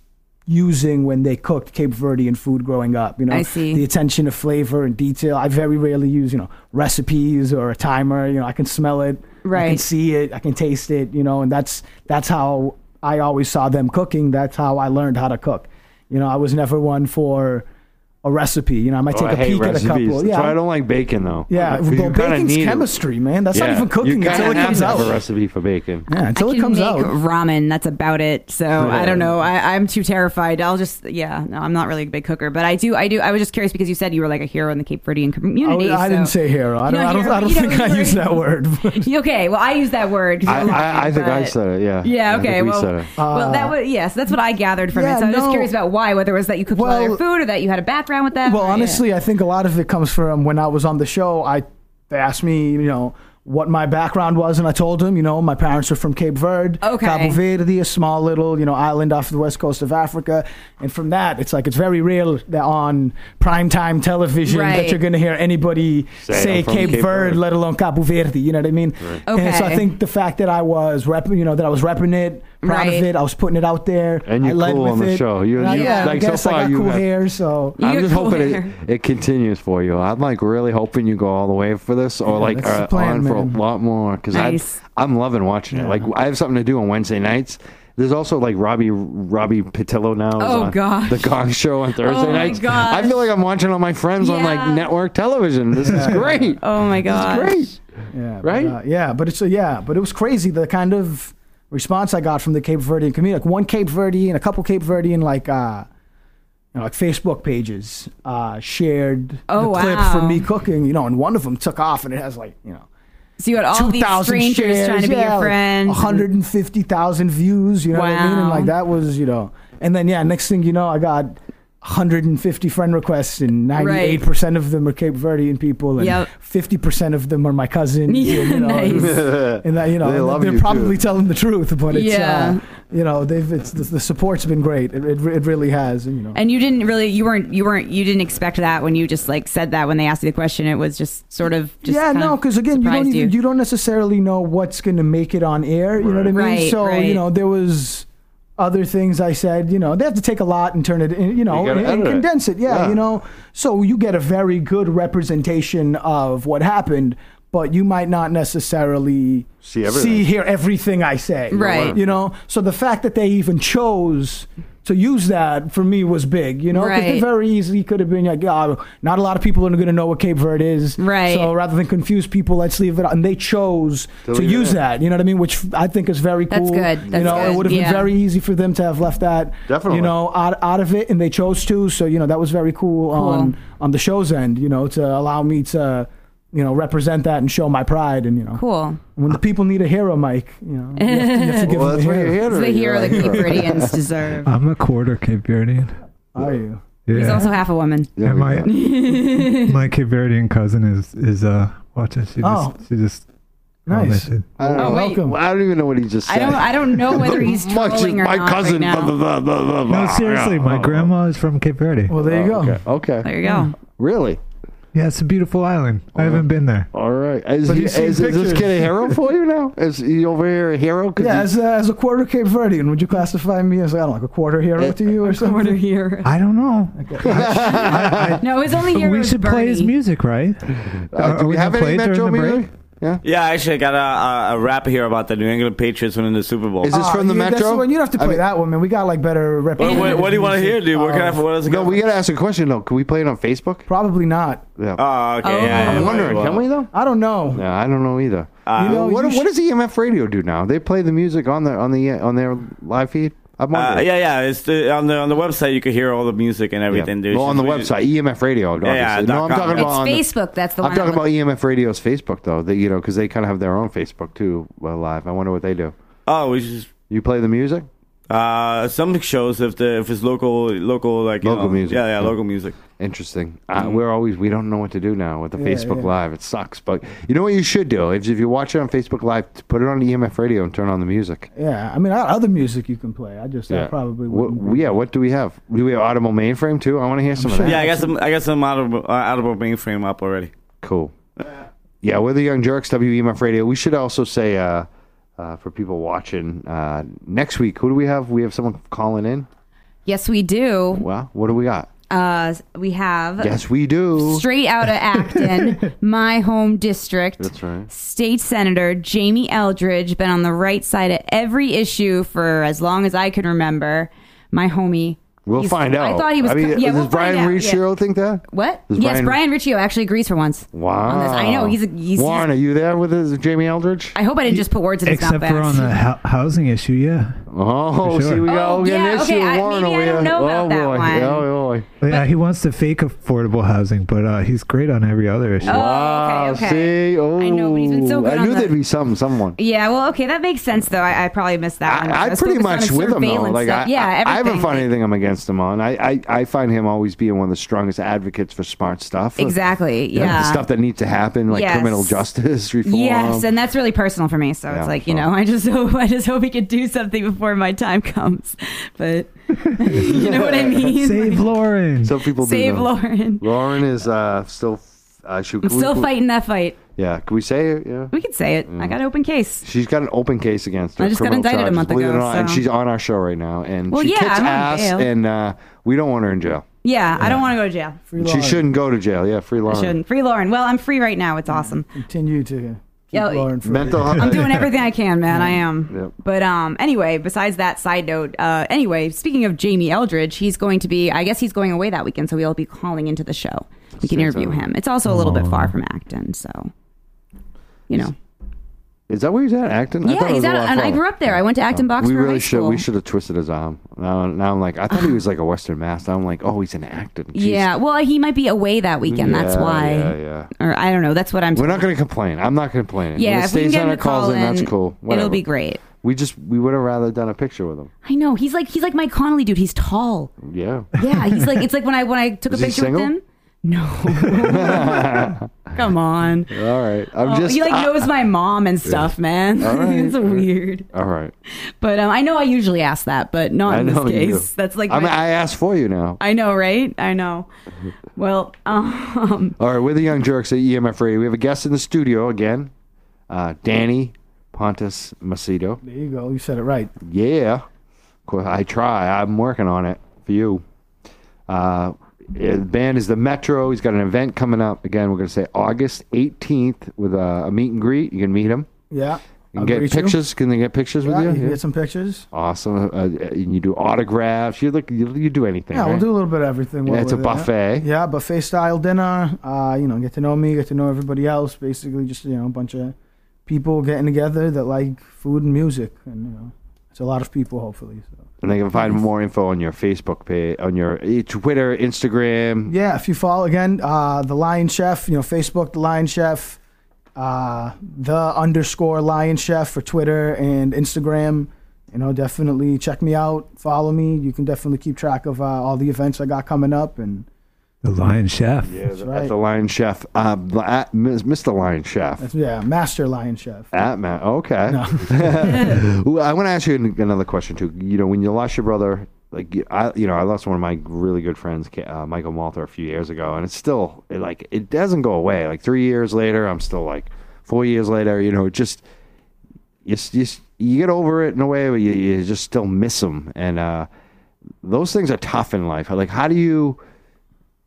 using when they cooked Cape Verdean food growing up. You know,
I see.
the attention to flavor and detail. I very rarely use you know recipes or a timer. You know, I can smell it, I can
Right.
see it, I can taste it. You know, and that's that's how I always saw them cooking. That's how I learned how to cook. You know, I was never one for a recipe. You know, I might
Oh,
take
I
a
hate
peek
recipes.
at a couple.
That's
Yeah,
why I don't like bacon though.
yeah,
You
well,
kinda
bacon's
need it.
chemistry, man. That's not
Yeah.
even
You
cooking
kinda
until it
have
comes
to have a
out.
recipe for bacon.
Yeah, until
I
it
can
comes
make
out.
ramen. That's about it. So I don't know. I, I'm too terrified. I'll just yeah. No, I'm not really a big cooker, but I do. I do. I was just curious because you said you were like a hero in the Cape Verdean
I,
community.
Oh, I didn't
so-
say hero.
You're
I don't.
not
I don't.
hero,
I don't
you
think
know,
I
you're-
used that word. [LAUGHS]
Okay, well, I use that word. 'cause
I,
you're
I, I
laughing,
think I
but-
said it. Yeah. I
Yeah.
think
Okay.
we
Well,
said it.
well, that was yes. that's what I gathered from
Ah. yeah,
it. So I'm just
no.
curious about why, whether it was that you cooked a lot of
Well-
food or that you had a background with that.
well,
or- yeah.
honestly, I think a lot of it comes from when I was on the show. I they asked me, you know, what my background was, and I told them, you know, my parents are from Cape Verde,
Okay.
Cabo Verde, a small little, you know, island off the west coast of Africa. And from that, it's like it's very rare that on primetime television
Right.
that you're going to hear anybody
Say,
say,
"I'm from
Cape,
Cape
Verde,
Verde."
let alone Cabo Verde. You know what I mean? And so
Okay.
I think the fact that I was repping, you know, that I was repping it, proud
Right.
of it, I was putting it out there.
And you're
I led
cool
with
on the
it.
show. You-
And I,
you-
yeah,
like, so
I guess
far
I got
you
cool
have-
hair, so.
You
I'm just
cool
hoping it,
hair.
it continues for you. I'm like really hoping you go all the way for this, or like
that's the
uh,
plan,
on for a
man.
lot more because
Nice.
I I'm loving watching it. Like I have something to do on Wednesday nights. There's also like Robbie Robbie Patillo now. is
Oh,
on
gosh.
the Gong Show on Thursday
Oh, my
nights.
gosh.
I feel like I'm watching all my friends on like
Yeah.
network television. This is great.
Oh my god.
Great.
Yeah, but,
Right?
uh, yeah, but it's uh, yeah, but it was crazy the kind of response I got from the Cape Verdean community. Like one Cape Verdean, a couple Cape Verdean, like uh, you know, like Facebook pages uh, shared
Oh,
the clip
wow.
from me cooking. You know, and one of them took off, and it has like you know.
So you had all these
2,000
strangers
shares,
trying to be
yeah,
your friend.
Like 150,000 views, you know what I mean?
Wow.
And like that was, you know. And then, yeah, next thing you know, I got 150 friend requests, and 98% of them are Cape Verdean people, and
Yep.
50% of them are my
[LAUGHS]
cousin.
Yeah,
and, you know,
nice.
[LAUGHS] And that, you know,
They love
are
you,
probably
too.
telling the truth, but it's,
Yeah.
uh, you know, they've, it's, the, the support's been great. It, it, re- it really has, and, you know.
And you didn't really, you weren't, you weren't, you didn't expect that when you just like said that when they asked you the question. It was just sort of just
yeah,
kind
no,
of
because again, you don't
surprised
even, you. don't necessarily know what's going to make it on air. You know what I mean?
Right,
so
right.
you know there was other things I said. You know they have to take a lot and turn it, in, you know,
gotta
and, and
edit it.
condense it. Yeah,
Yeah.
you know, so you get a very good representation of what happened, but you might not necessarily
See everything.
hear everything I say.
Right.
You know, so the fact that they even chose. To use that for me was big, you know, 'cause they
Right.
very easily could have been like, oh, not a lot of people are going to know what Cape Verde is.
Right.
So rather than confuse people, let's leave it. out. And they chose
To
to,
leave it
use
in.
that. You know what I mean? Which I think is very
That's
cool.
good. That's
you know,
good.
it would have
Yeah.
been very easy for them to have left that.
Definitely.
You know, out, out of it, and they chose to. So you know, that was very cool, on on the show's end. You know, to allow me to. You know, represent that and show my pride, and you know,
cool.
when the people need a hero, Mike, you know, you have to, you have to give
Well,
them
that's
a
what you're
hero.
here
It's the hero that
Oh,
Cape Verdeans deserve.
I'm a quarter Cape Verdean.
Are you?
Yeah.
He's also half a woman.
and my my Cape Verdean cousin is is uh watch it. She
Oh.
just she just
Nice.
commented.
I don't,
Oh,
know.
wait.
Welcome.
I don't even know what he just said.
I don't, I don't know whether he's
Much is
trolling or
my
not
cousin.
right now.
blah, blah, blah, blah, blah,
No,
blah.
seriously, my grandma is from Cape Verde.
Well, there you go.
Oh, Okay. okay.
There you go.
Really?
Yeah, it's a beautiful island. I haven't been there.
All right. Is,
But
he,
he's
is,
seen
is this
pictures.
kid a hero for you
[LAUGHS]
now? Is he over here a hero? 'Cause
Yeah,
he-
as a, as a quarter Cape Verdean, would you classify me as I don't know, like a quarter
Eh,
hero to you or something?
Quarter hero.
I don't know.
[LAUGHS] No, his only hero
we
is
should play his
Bernie.
music, right?
Uh,
Are-
do
are
Uh, we
we
have any
gonna play it
Metro
during the
music? Yeah.
Yeah, actually, I got a, a, a rap here about the New England Patriots winning the Super Bowl.
Is this
Ah,
from the
you, That's
Metro?
one. You don't have to
I
play
mean-
that one, man. We got like better
what,
representation.
what, what do you want to hear, dude? What can I? What else? I
Uh, No,
got?
we gotta ask a question though. Can we play it on Facebook?
Uh, Probably not.
Yeah.
Oh, okay.
Oh.
yeah, yeah,
I'm wondering,
well, uh,
can we though?
I don't know.
Yeah, I don't know either.
you know,
what
you
what does EMF radio do now? They play the music on the on the uh, on their live feed. I'm
Uh,
wondering.
yeah, yeah. It's the, on the on the website. You can hear all the music and everything, dude.
Well, on the
We-
website, EMF Radio. Obviously.
yeah,
no,
dot
I'm
com,
talking
yeah.
about.
It's
on the-
Facebook. That's the one.
I'm talking
I'm
about
looking-
EMF Radio's Facebook though. They, you know, because they kind of have their own Facebook too, well, live. I wonder what they do.
Oh, we just
You play the music?
uh, some shows if the if it's local local like you
Local
know,
music.
Yeah, yeah,
Yeah.
local music.
Interesting. Uh, we're always we don't know what to do now with the Facebook
Mm-hmm. yeah.
Live. It sucks, but you know what you should do if if you watch it on Facebook Live, put it on EMF Radio and turn on the music.
Yeah, I mean, I- other music you can play. I just, I probably wouldn't.
What, yeah. What do we have? Do we have Audible mainframe too? I want to hear some of
sure.
that.
Yeah, I got some I got some audible uh, audible mainframe up already.
Cool. Yeah, we're the Young Jerks, WEMF Radio. We should also say uh, uh, for people watching uh, next week, who do we have? We have someone calling in.
Yes, we do.
Well, what do we got?
Uh, we have
Yes, we do.
straight out of
[LAUGHS]
Acton, my home district. That's
right.
State Senator Jamie Eldridge been on the right side of every issue for as long as I can remember. My homie.
We'll
He's-
find out.
I thought he was.
I mean,
co- yeah,
does
we'll
Brian
find out. Yeah.
Riccio think that?
What?
Does
yes,
Brian-
Brian Riccio actually agrees for once.
Wow.
On this. I know he's. A, he's
Warren, are you there with his Jamie Eldridge?
I hope I didn't just put words in his mouth.
Except for
by
on the
accident.
hou- housing issue, yeah.
Oh,
For sure.
see, we got
Oh,
we got an
yeah,
issue
okay,
with
I-
Warren
maybe I
over
don't
here.
know about
oh,
that
boy.
one.
Oh, boy.
yeah, he wants to fake affordable housing, but uh, he's great on every other issue.
Oh.
Wow,
okay.
see, oh,
I know, but he's been so good
I
on
knew
the-
there'd be some, someone.
Yeah, well, okay, that makes sense though. I, I probably missed that one.
I, I
was
pretty
focused on
much
his
with him though.
surveillance
Like
stuff.
I,
yeah,
I, I haven't
everything.
found anything I'm against him on. I, I, I find him always being one of the strongest advocates for smart stuff.
Exactly.
You know,
Yeah.
the stuff that needs to happen, like
Yes.
criminal justice [LAUGHS] reform.
Yes, and that's really personal for me. So
Yeah,
it's like you
so-
know, I just [LAUGHS] hope I just hope he could do something before my time comes. But [LAUGHS] you know
[LAUGHS]
what I mean. Like,
Save Lauren.
some people
save
do know.
Lauren.
Lauren is uh, still. Uh, should,
I'm
can we-
still
can we- Mm.
fighting that fight.
Yeah, can we say it? Yeah.
We could say it. I got an open case.
She's got an open case against her.
I just got
criminal
indicted a
charges,
month
believe it or
ago,
not, and
so-
she's on our show right now, and
Well,
she
yeah,
kicks
I'm on
ass,
bail.
and uh, we don't want her in jail.
Yeah, I don't want to go to jail.
Free
She
Lauren.
shouldn't go to jail. Yeah, free Lauren.
I shouldn't. Free Lauren. Well, I'm free right now. It's
Mm.
awesome.
continue to keep
Yo,
Lauren free.
Mental. [LAUGHS]
I'm doing everything I can, man. I am.
Yep.
But um, anyway, besides that side note, uh, anyway, speaking of Jamie Eldridge, he's going to be. I guess he's going away that weekend, so we'll be calling into the show. We can interview
time. Oh.
him. It's also a little bit far from Acton, so you know.
Is that where he's at? Acting?
yeah, he's out. And I grew up there. I went to Acton Boxer
Oh. we really
High
should.
School.
We should have twisted his arm. Now, now I'm like, I thought he was like a Western Mass. Now I'm like, oh, he's an actor. Jeez.
Yeah. Well, he might be away that weekend. that's
Yeah,
why.
Yeah, yeah.
Or I don't know. That's what I'm.
We're not going to complain. I'm not complaining.
yeah,
When
if we can
Stays
get
on
him
our
to call
calls in,
in,
That's cool. Whatever.
It'll be great.
We just we would have rather done a picture with him.
I know. He's like he's like Mike Connolly, dude. He's tall. [LAUGHS]
Yeah. [LAUGHS]
Yeah, he's like it's like when I when I took
Is
a
he
picture with
single?
him. No, [LAUGHS] come on.
All right. I'm
Oh,
just.
he like
I-
knows my mom and stuff, man. [LAUGHS] it's weird.
all right.
But um, I know I usually ask that, but not
I
in
know
this
you
case.
do.
That's like
I mean,
my-
I asked for you now.
I know, right? I know. Well, [LAUGHS] um,
All right, we're the Young Jerks at EMF Radio. We have a guest in the studio again, uh, Danny Pontus Macedo.
There you go. You said it right.
Yeah. Of course, I try. I'm working on it for you. Uh, eh, the band is the Metro. He's got an event coming up. Again, we're going to say August 18th with a, a meet and greet. You can meet him.
Yeah.
You can
I'll
get
greet you.
pictures. Can they get pictures
Yeah, you
with
can
you? Yeah.
get some pictures.
Awesome. Uh, and you do autographs. You look. You, you do anything.
Yeah,
right?
we'll do a little bit of everything. while
Yeah, it's a
we're there.
buffet.
Yeah, buffet style dinner. Uh, you know, get to know me, get to know everybody else. Basically, just you know, a bunch of people getting together that like food and music, and you know, it's a lot of people. Hopefully, so.
And they can find more info on your Facebook page, on your eh, Twitter, Instagram.
Yeah, if you follow again, uh, the Lion Chef, you know, Facebook, the Lion Chef, uh, the underscore Lion Chef for Twitter and Instagram. You know, definitely check me out, follow me. You can definitely keep track of uh, all the events I got coming up. And
the Lion Chef.
That's
right.
At the Lion Chef, uh, at Ms- Mr. Lion Chef.
that's, yeah, Master Lion Chef.
At Matt, okay. [LAUGHS]
[LAUGHS]
Well, I want to ask you an- another question too. You know, when you lost your brother, like you- I, you know, I lost one of my really good friends, Ca- uh, Michael Malter, a few years ago, and it's still it, like it doesn't go away. Like three years later, I'm still like four years later. You know, it just you s- you, s- you get over it in a way, but you, you just still miss them, and uh, those things are tough in life. Like, how do you?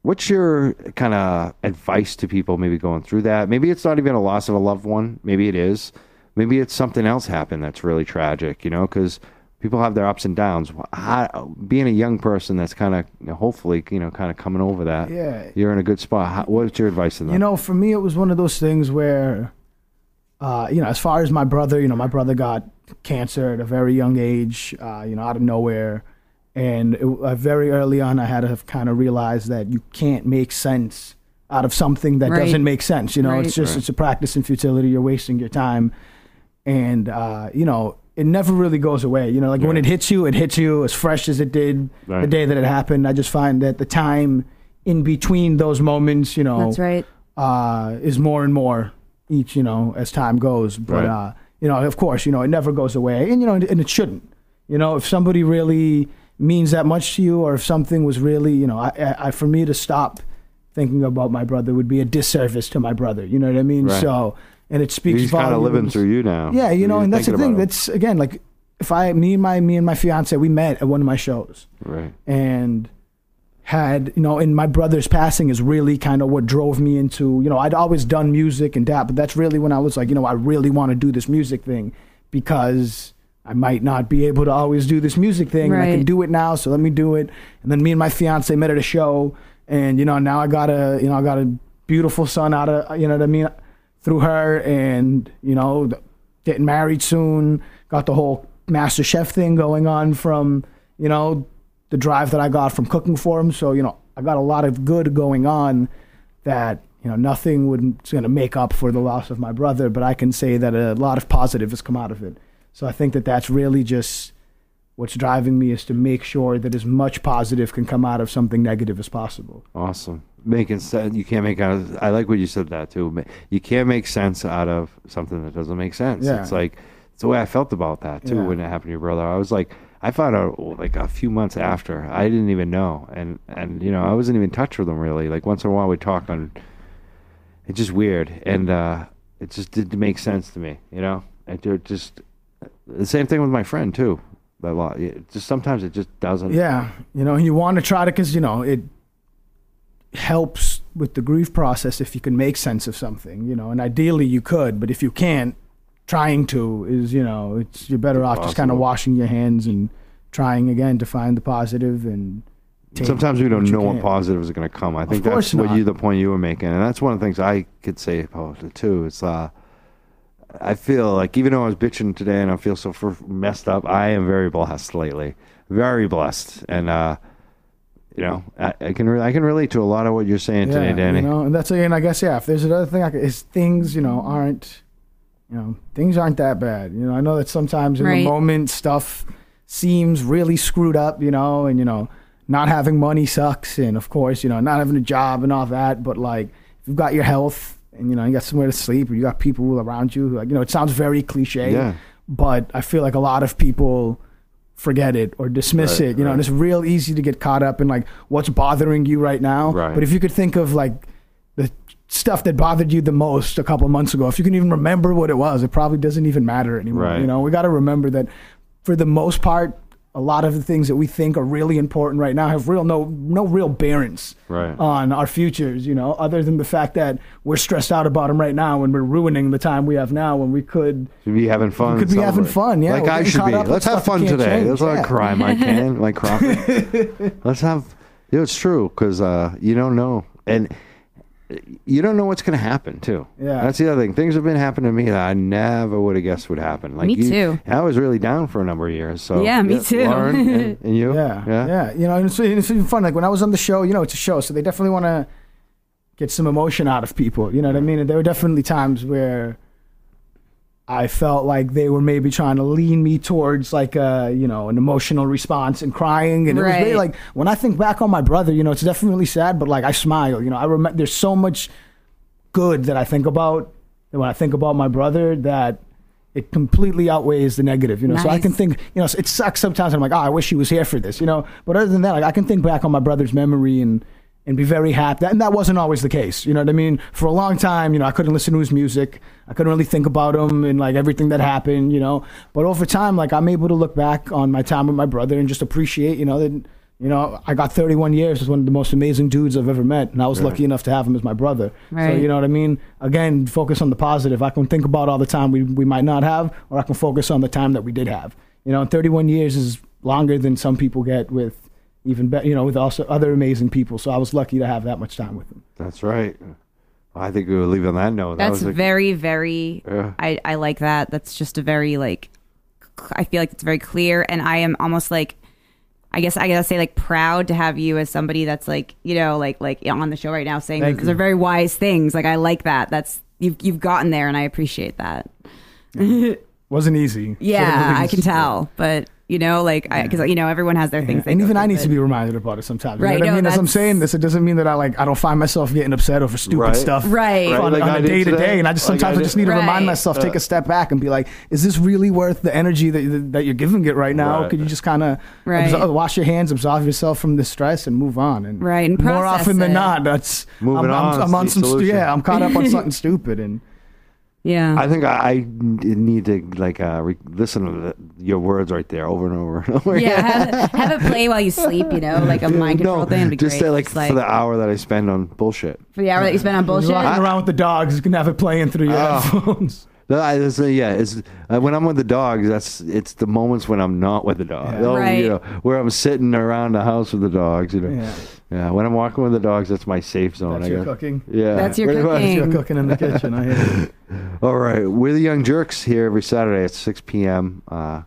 What's your kind of advice to people maybe going through that? Maybe it's not even a loss of a loved one. Maybe it is. Maybe it's something else happened that's really tragic, you know, because people have their ups and downs. How, being a young person that's kind of, hopefully, you know, kind of coming over that,
Yeah.
you're in a good spot. How, what's your advice to them?
You know, for me, it was one of those things where, uh, you know, as far as my brother, you know, my brother got cancer at a very young age, uh, you know, out of nowhere. And it, uh, very early on, I had to kind of realize that you can't make sense out of something that
Right.
doesn't make sense. You know,
Right.
it's just, it's a practice in futility. You're wasting your time. And, uh, you know, it never really goes away. You know, like when it hits you, it hits you as fresh as it did the
Right.
day that it happened. I just find that the time in between those moments, you know,
Oh.
That's right.
uh, is more and more each, you know, as time goes.
Right.
But, uh, you know, of course, you know, it never goes away. And, you know, and, and it shouldn't. You know, if somebody really means that much to you or if something was really, you know, I, I, I for me to stop thinking about my brother would be a disservice to my brother. You know what I mean?
Right.
So, and it speaks
He's kind of living
volumes.
through you now.
Yeah, you know,
You're
and that's the
thinking
thing.
about him.
That's, again, like, if I, me and my, me and my fiance, we met at one of my shows
right.
and had you know and my brother's passing is really kind of what drove me into you know i'd always done music and that but that's really when i was like you know i really want to do this music thing because i might not be able to always do this music thing and i can
Right.
do it now so let me do it and then me and my fiance met at a show and you know now i got a you know i got a beautiful son out of you know what i mean through her and you know th- getting married soon got the whole master chef thing going on from you know the drive that I got from cooking for him. So you know, I got a lot of good going on that you know nothing would going to make up for the loss of my brother, but I can say that a lot of positive has come out of it. So I think that that's really just what's driving me is to make sure that as much positive can come out of something negative as possible.
Awesome. Making sense. You can't make out. Of, I like what you said that too. Ma- You can't make sense out of something that doesn't make sense.
Yeah.
It's like it's the way I felt about that too
Yeah.
when it happened to your brother. I was like, I found out like a few months after. I didn't even know, and and you know I wasn't even in touch with him really. Like once in a while we talk on. It's just weird, and uh, it just didn't make sense to me. You know, and it just the same thing with my friend too. That lot. It just sometimes it just doesn't.
Yeah, you know, you want to try to because you know it helps with the grief process if you can make sense of something, you know, and ideally you could, but if you can't, trying to is you know it's you're better off just kind of
Impossible.
washing your hands and trying again to find the positive and take
Sometimes we don't
you
know what
can.
positives are going to come. I think
course
that's what
not.
you the point you were making, and that's one of the things I could say about it too. It's uh, I feel like even though I was bitching today and I feel so fr- messed up, I am very blessed lately, very blessed, and uh, you know I, I can re- I can relate to a lot of what you're saying today, Danny.
You know, and that's and I guess yeah. If there's another thing, I could, is things you know aren't, you know, things aren't that bad. You know, I know that sometimes in
Right.
the moment stuff seems really screwed up. You know, and you know, not having money sucks, and of course, you know, not having a job and all that. But like, if you've got your health, and you know, you got somewhere to sleep, or you got people around you, who, like you know, it sounds very cliche,
Yeah.
but I feel like a lot of people forget it or dismiss
Right,
it. You know, and
right.
it's real easy to get caught up in like what's bothering you right now.
Right.
But if you could think of like the stuff that bothered you the most a couple months ago, if you can even remember what it was, it probably doesn't even matter anymore.
Right.
You know, we got to remember that for the most part, a lot of the things that we think are really important right now have real no no real bearings
Right.
on our futures. You know, other than the fact that we're stressed out about them right now and we're ruining the time we have now when we could
Should be having fun.
could be having
celebrate.
fun, yeah,
like
we're
I
getting
should
caught
be.
up with
Let's have
stuff we
fun
can't
today.
change,
Let's not
yeah.
cry, my can, my Crawford.
[LAUGHS]
Let's have. You know, it's true because uh, you don't know, and you don't know what's going to happen too.
Yeah.
that's the other thing. Things have been happening to me that I never would have guessed would happen. Like
Me
you-
too.
I was really down for a number of years. So
Yeah, me too.
Lauren
[LAUGHS]
and, and you.
Yeah,
yeah.
yeah, You know, and it's, and it's even fun. Like when I was on the show, you know, it's a show, so they definitely want to get some emotion out of people. You know what I mean? And there were definitely times where I felt like they were maybe trying to lean me towards like a you know an emotional response and crying, and it was
Right.
really like when I think back on my brother, you know, it's definitely sad, but like I smile. You know, I remember there's so much good that I think about and when I think about my brother that it completely outweighs the negative, you know. So I
Nice.
can think, you know, it sucks sometimes. I'm like, oh, I wish he was here for this, you know. But other than that, like I can think back on my brother's memory and and be very happy. and that wasn't always the case, you know what I mean? For a long time, you know, I couldn't listen to his music. I couldn't really think about him and like everything that happened, you know. But over time, like I'm able to look back on my time with my brother and just appreciate, you know, that You know, I got 31 years as one of the most amazing dudes I've ever met, and I was lucky enough to have him as my brother.
Right.
So you know what I mean. Again, focus on the positive. I can think about all the time we we might not have, or I can focus on the time that we did have. You know, and 31 years is longer than some people get with even better. You know, with also other amazing people. So I was lucky to have that much time with them.
That's right. I think we will leave on that note.
That's
that was a-
very, very.
Yeah.
I I like that. That's just a very like. c- I feel like it's very clear, and I am almost like. I guess I gotta say, like, proud to have you as somebody that's like, you know, like, like on the show right now, saying
Thank
those are
you.
very wise things. Like, I like that. That's you've you've gotten there, and I appreciate that.
Wasn't easy.
Yeah, I can
tell.
tell, but you know, like, because you know, everyone has their things. they
And
go
even I
through,
need to
but-
be reminded about it sometimes.
Right,
You know what
no,
I mean? As I'm
that's-
saying this, it doesn't mean that I like I don't find myself getting upset over stupid
Right.
stuff.
Right.
On,
Right, like
on
I
a
did
day to
today.
day, and I just
Like
sometimes
I
I, just
did-
need to
Right.
remind myself, take a step back, and be like, is this really worth the energy that that you're giving it right now?
Right.
Could you just kind of
Right.
wash your hands, absolve yourself from the stress, and move on? And
Right, and
more
process
often than
it.
not, that's
Moving
I'm,
on
I'm,
is
I'm on
the
some stu-
solution.
yeah, I'm caught up on something stupid, and
Yeah.
I think I, I need to like uh, re- listen to the, your words right there over and over and [LAUGHS] over.
yeah, have, have it play while you sleep. You know,
[LAUGHS]
like a mind control
no,
thing. Would be
just
great.
say, like,
Just,
for the hour that I spend on bullshit.
for the hour that you spend on
[LAUGHS]
bullshit.
walking around with the dogs, you can have it playing through your headphones.
No, I, it's, uh, yeah, it's uh, when I'm with the dogs. That's it's the moments when I'm not with the dog.
Yeah.
Oh,
Right.
you know, where I'm sitting around the house with the dogs. You know,
Yeah.
yeah. When I'm walking with the dogs, that's my safe zone.
That's
I
your
guess.
cooking.
Yeah,
That's your
pretty much.
cooking.
You're cooking in the kitchen. I hear you.
All right, we're the Young Jerks here every Saturday at 6 p.m. Uh,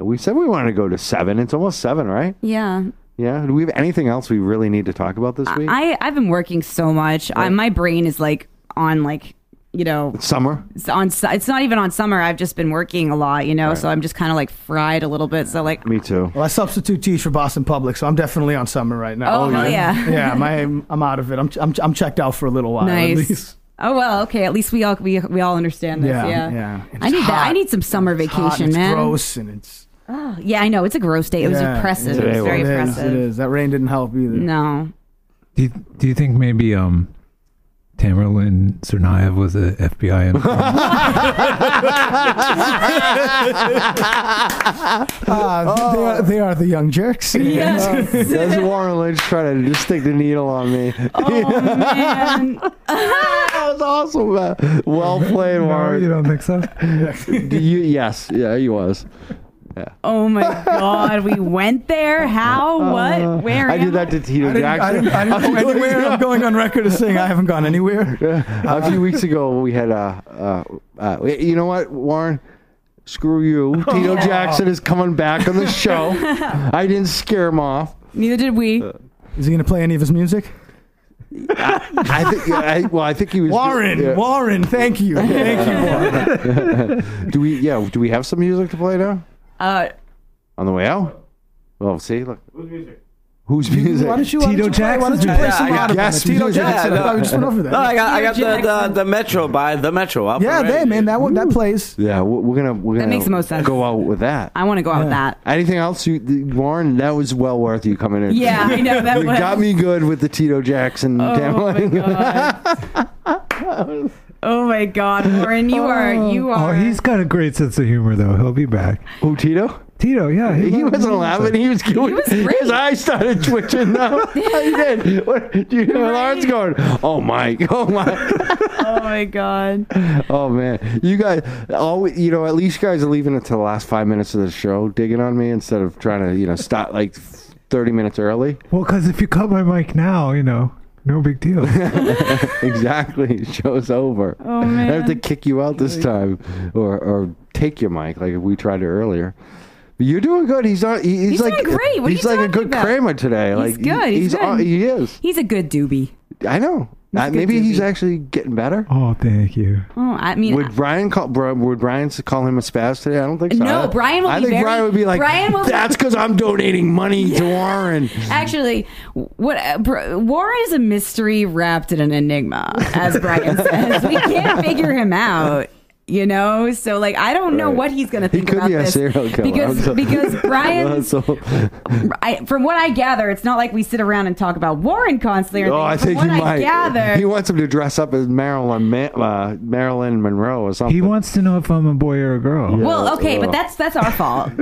we said we wanted to go to seven. It's almost seven, right?
yeah.
Yeah. Do we have anything else we really need to talk about this week?
I I've been working so much. I, my brain is like on like you know
Summer.
it's on su- it's not even on summer. I've just been working a lot. You know, so I'm just kind of like fried a little bit. So like.
Me
[LAUGHS]
too.
Well, I substitute teach for Boston Public, so I'm definitely on summer right now.
Oh, Oh, hell
my-
yeah.
[LAUGHS] yeah, my, I'm out of it. I'm, I'm, I'm checked out for a little while. At
Nice.
least.
Oh well, okay. At least we all we, we all understand this.
Yeah,
Yeah,
yeah. It's
I need that. I
hot.
need some summer
It's hot
vacation,
and it's
man.
gross and it's.
Yeah, I know it's a gross day. It was
yeah,
oppressive.
Today
It was very
was.
It is,
oppressive.
It is. That rain didn't help either. [LAUGHS]
No,
Do you, do you think maybe um, Tamerlan Tsarnaev was a
[LAUGHS]
FBI? And,
Uh, they, are, they are the
[LAUGHS]
young jerks. [LAUGHS]
There's Warren Lynch trying to just stick the needle on [LAUGHS] me.
Oh, man.
that was awesome. man. Well played,
no, you
Warren.
don't
[LAUGHS]
think so?
Do you, yes. Yeah, he was.
Oh my god, we went there. How? What? Where?
I
am
did that to Tito
Uh, I didn't, I
Jackson.
didn't, I didn't go anywhere. I'm going on record as saying I haven't gone anywhere.
a few weeks ago, we had uh, uh, uh, you know what, Warren? Screw
[LAUGHS]
you. Tito Jackson is coming back on the show. I didn't scare him off.
Neither did we.
Uh, Is he going to play any of his music?
I think. I, well, I think he was.
Warren,
Yeah.
Warren, thank you. Thank you, Warren.
Do we? Yeah. Do we have some music to play now
Uh,
on the way out? Well, see, look. Whose music?
Why don't you, why
Tito
don't you play, why don't you
Jackson?
play
Yeah, I
some
got-
Audubon?
yes,
Tito
music.
Jackson.
Yeah,
I thought we just went over that.
No, I got, I got
Peter
the,
Jackson.
the, the Metro by the Metro. Up
Yeah,
already.
there, man. That one, that plays.
Yeah, we're we're gonna we're gonna
makes the most sense.
go out with that.
I want to go out with that.
Anything else, you, th- Warren? That was well worth you coming in.
Yeah, I know that
[LAUGHS] you
was.
got me good with the Tito Jackson.
Oh my god. oh my god, Warren, you are you
Oh,
are.
he's got a great sense of humor, though. He'll be back.
[LAUGHS] Who Tito?
Tito, yeah.
He wasn't laughing. He was going.
was great.
his eyes started twitching. Though
[LAUGHS]
he did. What, do you hear Lawrence going? Oh my! [LAUGHS] Oh my!
oh my god.
Oh man! You guys, always, you know, at least you guys are leaving it to the last five minutes of the show, digging on me instead of trying to, you know, start like thirty minutes early.
Well, because if you cut my mic now, you know, no
[LAUGHS]
big deal.
exactly. [LAUGHS] Show's over.
Oh man.
[LAUGHS] I have to kick you out this time, or or take your mic like we tried to earlier. But you're doing good. He's on. he- He's,
He's
like
doing great. What are
he's
you
like a
talking
good
about?
Kramer today.
He's
like he-
good. He's good.
on- he is.
He's a good doobie.
I know.
He's a
Uh,
good
maybe he's
doobie.
actually getting better.
oh, thank you.
Oh, I mean,
Would Brian call Bri- would Brian call him a spaz today? I don't think so.
No,
I-
Brian will
I
be
think
very-
Brian would be like
Brian will be-
that's because I'm donating money to
[LAUGHS]
Warren.
Actually, what uh, Br- Warren is a mystery wrapped in an enigma, as
[LAUGHS]
Brian says. We can't figure him out. You know, so like I don't know
Right.
what he's gonna
He
think
could
about
be a
this
serial killer.
because
I'm so- [LAUGHS]
because Brian, [LAUGHS]
so,
I, from what I gather, it's not like we sit around and talk about Warren constantly. Or
oh, I
anything.
think
from
he
what I
might.
gather,
He wants him to dress up as Marilyn Ma- uh, Marilyn Monroe or something.
He wants to know if I'm a boy or a girl.
well, okay,
Oh.
but that's that's our fault.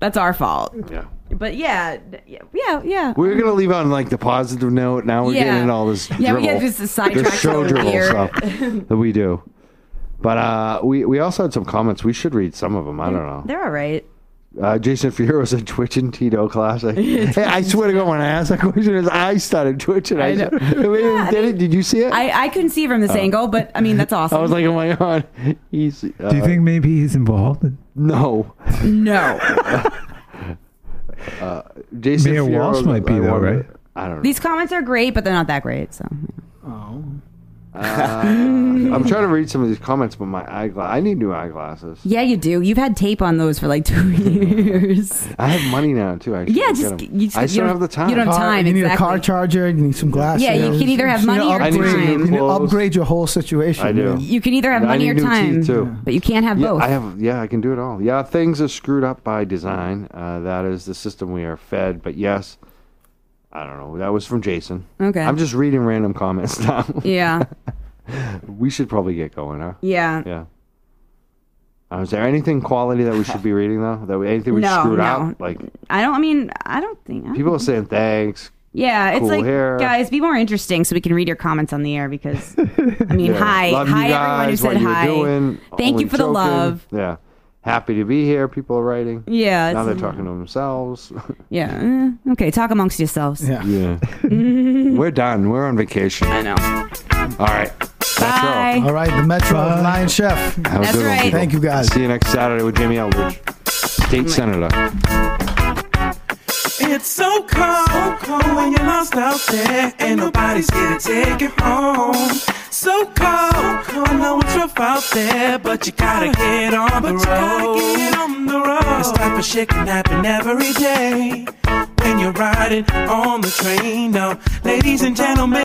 that's our fault.
Yeah.
But yeah, yeah, yeah. yeah.
We We're gonna leave on like the positive note. Now we're
Yeah.
getting into all this
Yeah,
dribble,
we get just sidetracked
this show
over
dribble
here. [LAUGHS]
stuff that we do. But uh, we we also had some comments. We should read some of them. I don't know.
They're all right.
Uh, Jason Fierro said Twitch and
[LAUGHS]
Tito classic. hey, I swear to God, when I asked that question, his eyes started twitching. I, know. [LAUGHS] did, it, did you see it? I,
I, I couldn't see from this angle, but I
[LAUGHS]
mean that's awesome.
Oh. was like, oh my god, he's. Uh,
Do you think maybe he's involved?
no?
no,
Jason
Mayor
Fierro-
Walsh might be
I
though,
wonder-
right?
I don't know.
these comments are great, but they're not that great. So
I'm trying to read some of these comments, but my eyeglass. I need new eyeglasses.
yeah, you do. You've had tape on those for like two [LAUGHS] years.
I have money now too. Actually,
Yeah,
to
just
get 'em.
g- you just-
I
you
still
don't-
have the time.
you don't-
Car-
time,
you need a car
exactly.
charger. You need some glasses.
Yeah, you can either have
You need to
money or
upgrade-
time. I need some new
You need to
clothes.
upgrade your whole situation.
I do.
man.
You can either have
Yeah, I
money
need
or
new
time,
teeth, too.
but you can't have
yeah,
both.
I have. Yeah, I can do it all. Yeah, things are screwed up by design. Uh, that is the system we are fed. But yes, I don't know. That was from Jason.
Okay.
I'm just reading random comments [LAUGHS] now.
yeah,
we should probably get going, huh?
yeah.
Yeah. Uh, is there anything quality that we should be reading though? That we, anything we
No,
screwed
no.
up? Like
I don't. I mean, I don't think. I don't-
people are saying thanks.
yeah, it's
cool
like
hair.
guys, be more interesting so we can read your comments on the air
[LAUGHS]
because I mean,
Yeah.
hi,
Love you
hi, everyone who
guys, what
said
you're
hi.
doing.
Thank
Only
you for the
joking.
love.
Yeah. Happy to be here. People are writing.
Yeah,
Now they're
it's-
talking to themselves. [LAUGHS]
yeah. eh, Okay, talk amongst yourselves.
Yeah.
[LAUGHS]
Yeah. We're done. We're on vacation.
I know.
All right.
Bye.
All right, the Metro Lion Chef.
Have
That's
a good
right.
One, people.
Thank you, guys.
See you next Saturday with Jamie Eldridge, state senator.
It's so cold, when you're lost out there, and nobody's here to take you home. So cold, I know it's rough out there, but you gotta get on the road. And stop and shit can happen every day when you're riding on the train. Now, ladies and gentlemen.